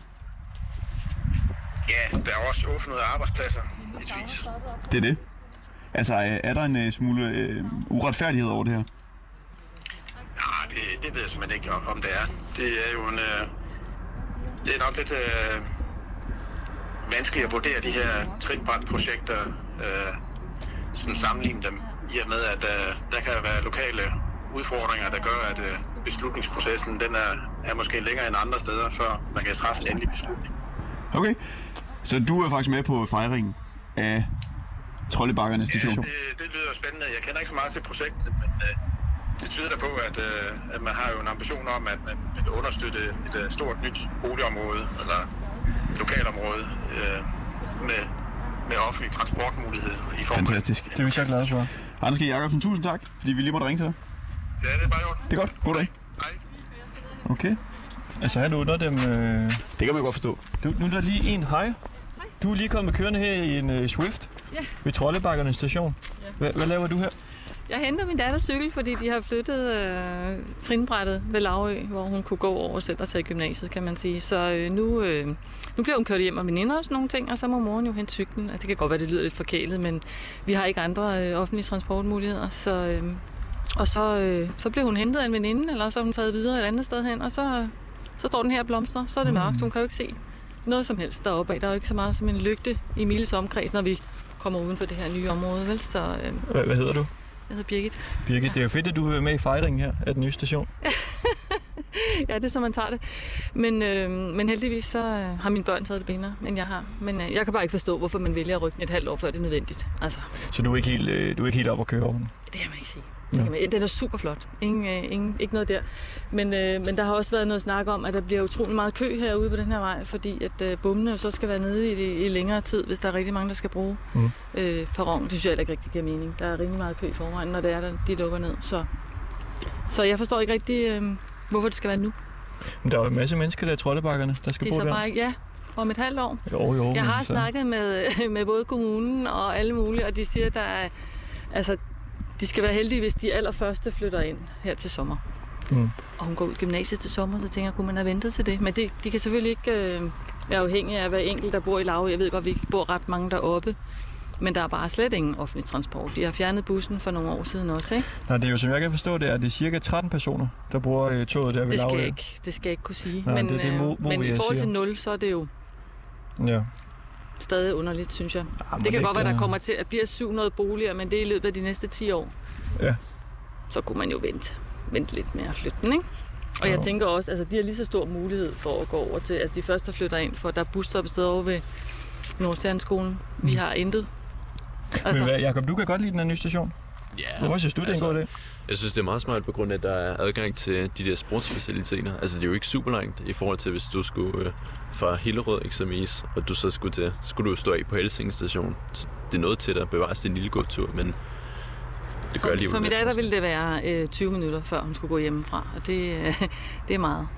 Speaker 14: Ja, der er også 800 arbejdspladser i Tvis.
Speaker 2: Det er det. Altså, er er der en øh, smule øh, uretfærdighed over det her?
Speaker 14: Nej, det, det ved jeg simpelthen ikke, om det er. Det er jo en... Øh, det er nok lidt øh, vanskeligt at vurdere de her trinbrætprojekter, øh, sådan sammenligne dem, i og med, at øh, der kan være lokale udfordringer, der gør, at øh, beslutningsprocessen den er, er måske længere end andre steder, før man kan træffe en endelig beslutning.
Speaker 2: Okay. Så du er faktisk med på fejringen af Trollebakkernes
Speaker 14: Ja,
Speaker 2: station.
Speaker 14: det, det lyder spændende. Jeg kender ikke så meget til projektet, men øh, det tyder da på, at, øh, at man har jo en ambition om, at man vil understøtte et øh, stort nyt boligområde eller lokalområde øh, med, med offentlig transportmulighed i form
Speaker 2: Fantastisk. Det
Speaker 1: er vi så glade for.
Speaker 2: Anders G. Jacobsen, tusind tak, fordi vi lige måtte ringe til dig.
Speaker 14: Ja, det er bare godt.
Speaker 2: Det er godt. God dag.
Speaker 1: Okay. Altså, han under dem... Øh... Det
Speaker 2: kan man godt forstå.
Speaker 1: Du, nu er der lige en hej. Du er lige kommet kørende her i en øh, Swift
Speaker 15: Ja.
Speaker 1: ved Trollebakkernes station.
Speaker 15: Ja.
Speaker 1: Hva, hvad laver du her?
Speaker 15: Jeg henter min datters cykel, fordi de har flyttet øh, trinbrættet ved Lavø, hvor hun kunne gå over selv og tage i gymnasiet, kan man sige. Så øh, nu, øh, nu bliver hun kørt hjem af veninder og sådan nogle ting, og så må moren jo hente cyklen. Og det kan godt være, det lyder lidt forkælet, men vi har ikke andre øh, offentlige transportmuligheder. Så, øh, og så, øh, så bliver hun hentet af en veninde, eller så er hun taget videre et andet sted hen, og så, øh, så står den her og blomstrer. Så er det
Speaker 1: Mm.
Speaker 15: mørkt, hun kan jo ikke se noget som helst deroppe. af. Der er jo ikke så meget som en lygte i Miles omkreds, når vi kommer uden for det her nye område, vel? Så, øh,
Speaker 1: Hva, hvad hedder du?
Speaker 15: jeg hedder Birgit.
Speaker 1: Birgit, det er jo fedt, at du er med i fejringen her af den nye station.
Speaker 15: ja, det er så, man tager det. Men, øh, men heldigvis så øh, har mine børn taget det benere, end jeg har. Men øh, jeg kan bare ikke forstå, hvorfor man vælger at rykke den et halvt år, før det er nødvendigt. Altså,
Speaker 1: Så du er ikke helt, øh, du er ikke helt op at køre over den.
Speaker 15: det kan man ikke sige.
Speaker 1: Ja.
Speaker 15: Det kan man, den er super flot. Ingen, øh, ingen, ikke noget der. Men, øh, men der har også været noget snak om, at der bliver utrolig meget kø herude på den her vej, fordi at øh, bommene jo så skal være nede i, i længere tid, hvis der er rigtig mange, der skal bruge
Speaker 1: Mm.
Speaker 15: øh, perron. Det synes jeg heller ikke rigtig giver mening. Der er rimelig meget kø i forvejen, når det er, der, de lukker ned. Så, så jeg forstår ikke rigtig, øh, hvorfor det skal være nu.
Speaker 1: Men der er jo en masse mennesker der i Trollebakkerne, der skal
Speaker 15: Det er
Speaker 1: bo
Speaker 15: så
Speaker 1: der.
Speaker 15: bare ikke, ja, om et halvt år.
Speaker 1: Jo, jo,
Speaker 15: jeg har
Speaker 1: Oh, men så-
Speaker 15: snakket med, med både kommunen og alle mulige, og de siger, der er, altså, de skal være heldige, hvis de allerførste flytter ind her til sommer.
Speaker 1: Mm.
Speaker 15: Og hun går ud i gymnasiet til sommer, så tænker jeg, kunne man have ventet til det? Men det, de kan selvfølgelig ikke øh, være afhængige af hver enkelt, der bor i Lav. Jeg ved godt, vi ikke bor ret mange deroppe. Men der er bare slet ingen offentlig transport. De har fjernet bussen for nogle år siden også, ikke?
Speaker 1: Nej, det er jo, som jeg kan forstå, det er, at det er cirka 13 personer, der bruger øh, toget der ved
Speaker 15: Det skal,
Speaker 1: Lauritz.
Speaker 15: jeg ikke, det skal jeg ikke kunne sige.
Speaker 1: Nej,
Speaker 15: men øh,
Speaker 1: det er det, Mo- Mo
Speaker 15: men i
Speaker 1: vil jeg
Speaker 15: forhold til
Speaker 1: siger.
Speaker 15: 0, så er det jo
Speaker 1: Ja.
Speaker 15: stadig underligt, synes jeg.
Speaker 1: må
Speaker 15: det
Speaker 1: det
Speaker 15: kan
Speaker 1: ikke,
Speaker 15: godt være, der
Speaker 1: øh,
Speaker 15: kommer til at blive 700 boliger, men det er i løbet af de næste 10 år.
Speaker 1: Ja.
Speaker 15: Så kunne man jo vente, vente lidt med at flytte den, ikke? Og jeg
Speaker 1: Jo.
Speaker 15: tænker også, altså de har lige så stor mulighed for at gå over til, altså de første, der flytter ind, for der er busstoppested over ved Nordstjerneskolen. Vi har intet.
Speaker 1: Altså.
Speaker 15: Altså-
Speaker 1: Mm. Men hvad, Jacob, du kan godt lide den her nye station.
Speaker 12: Ja.
Speaker 1: Hvorfor synes du, det er en god idé?
Speaker 12: Jeg synes, det er meget smart på grund af, at der er adgang til de der sportsfaciliteter. Altså, det er jo ikke super langt i forhold til, hvis du skulle øh, fra Hillerød eksempelvis, og du så skulle til, skulle du jo stå af på Helsing station. Så det er noget til at bevare sin lille gåtur, men det gør alligevel
Speaker 15: For min
Speaker 12: lidt.
Speaker 15: datter ville det være øh, 20 minutter, før hun skulle gå hjemmefra, og det, øh, det er meget.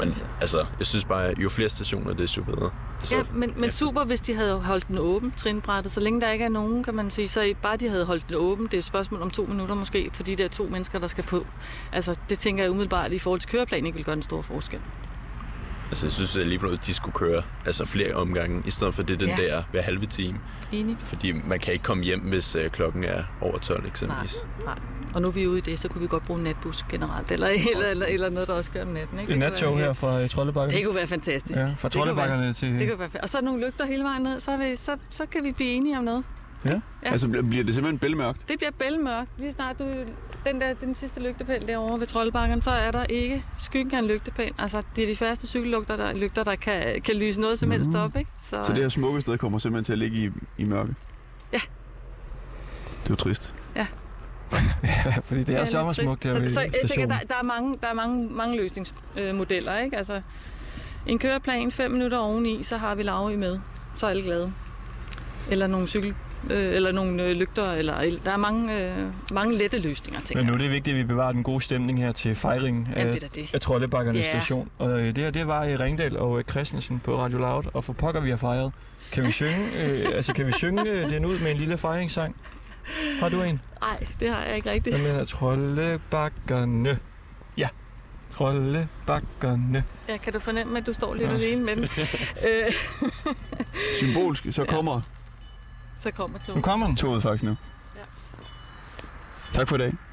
Speaker 12: Men altså, jeg synes bare, at jo flere stationer, desto bedre. Altså,
Speaker 15: Ja, men, men super, hvis de havde holdt den åben, trinbrættet. Så længe der ikke er nogen, kan man sige, så i- bare de havde holdt den åben. Det er et spørgsmål om to minutter måske, fordi der er to mennesker, der skal på. Altså, det tænker jeg umiddelbart i forhold til køreplanen ikke vil gøre en stor forskel.
Speaker 12: altså jeg synes alligevel, at de skulle køre altså, flere omgange, i stedet for det den
Speaker 15: Ja.
Speaker 12: ja. der hver halve time.
Speaker 15: Enig?
Speaker 12: Fordi man kan ikke komme hjem, hvis øh, klokken er over 12 eksempelvis.
Speaker 15: Nej. Og nu er vi ude i det, så kunne vi godt bruge en natbus generelt, eller, eller, eller, eller noget, der også gør om natten. Ikke?
Speaker 1: Et
Speaker 15: Det kunne
Speaker 1: nattog
Speaker 15: være-
Speaker 1: her fra øh, Troldebakken.
Speaker 15: Det kunne være fantastisk.
Speaker 1: Ja, fra
Speaker 15: Det kunne være-
Speaker 1: Troldebakkerne til...
Speaker 15: Det kunne være fa- og så nogle lygter hele vejen ned, så, er vi, så, så kan vi blive enige om noget.
Speaker 1: Ja.
Speaker 15: Ja.
Speaker 2: Altså bl- bliver det simpelthen bælmørkt?
Speaker 15: Det bliver bælmørkt. Lige snart du, den, der, den sidste lygtepæl derovre ved Troldbakken, så er der ikke skyggen af en lygtepæl. Altså, det er de første cykellygter, der, lygter, der kan, kan lyse noget som
Speaker 1: Mhm.
Speaker 15: helst op, ikke?
Speaker 2: Så det her smukke sted kommer simpelthen til at ligge i, i mørke?
Speaker 15: Ja.
Speaker 2: Det er jo trist.
Speaker 15: Ja.
Speaker 1: Fordi det er,
Speaker 15: er lidt
Speaker 1: sommersmukt
Speaker 15: trist.
Speaker 1: her ved
Speaker 15: Så, så jeg tænker,
Speaker 1: stationen.
Speaker 15: der, der er mange, der er mange, mange løsningsmodeller, ikke? Altså, en køreplan, fem minutter oveni, så har vi Lauri med. Så er alle glade. Eller nogle cykel... Øh, eller nogle øh, lygter, eller el- der er mange, øh, mange lette løsninger, tænker
Speaker 1: Men nu
Speaker 15: jeg.
Speaker 1: er det vigtigt, at vi bevarer den gode stemning her til fejringen
Speaker 15: Jamen,
Speaker 1: af,
Speaker 15: det er da det.
Speaker 1: af Troldebakkernes
Speaker 15: Ja.
Speaker 1: station. Og øh, det her, det var i Ringdal og øh, Christensen på Radio Loud, og for pokker vi har fejret. Kan vi synge, øh, altså, kan vi synge øh, den ud med en lille fejringssang? Har du en?
Speaker 15: Nej, det har jeg ikke rigtigt.
Speaker 1: Den hedder Troldebakkerne. Ja, Troldebakkerne.
Speaker 15: Ja, kan du fornemme, at du står lidt
Speaker 1: Ja.
Speaker 15: ja. alene med den? øh,
Speaker 2: Symbolsk, så kommer...
Speaker 15: så kommer
Speaker 2: Nu
Speaker 15: toget.
Speaker 1: kommer den.
Speaker 2: Toget faktisk nu. Tak for i dag.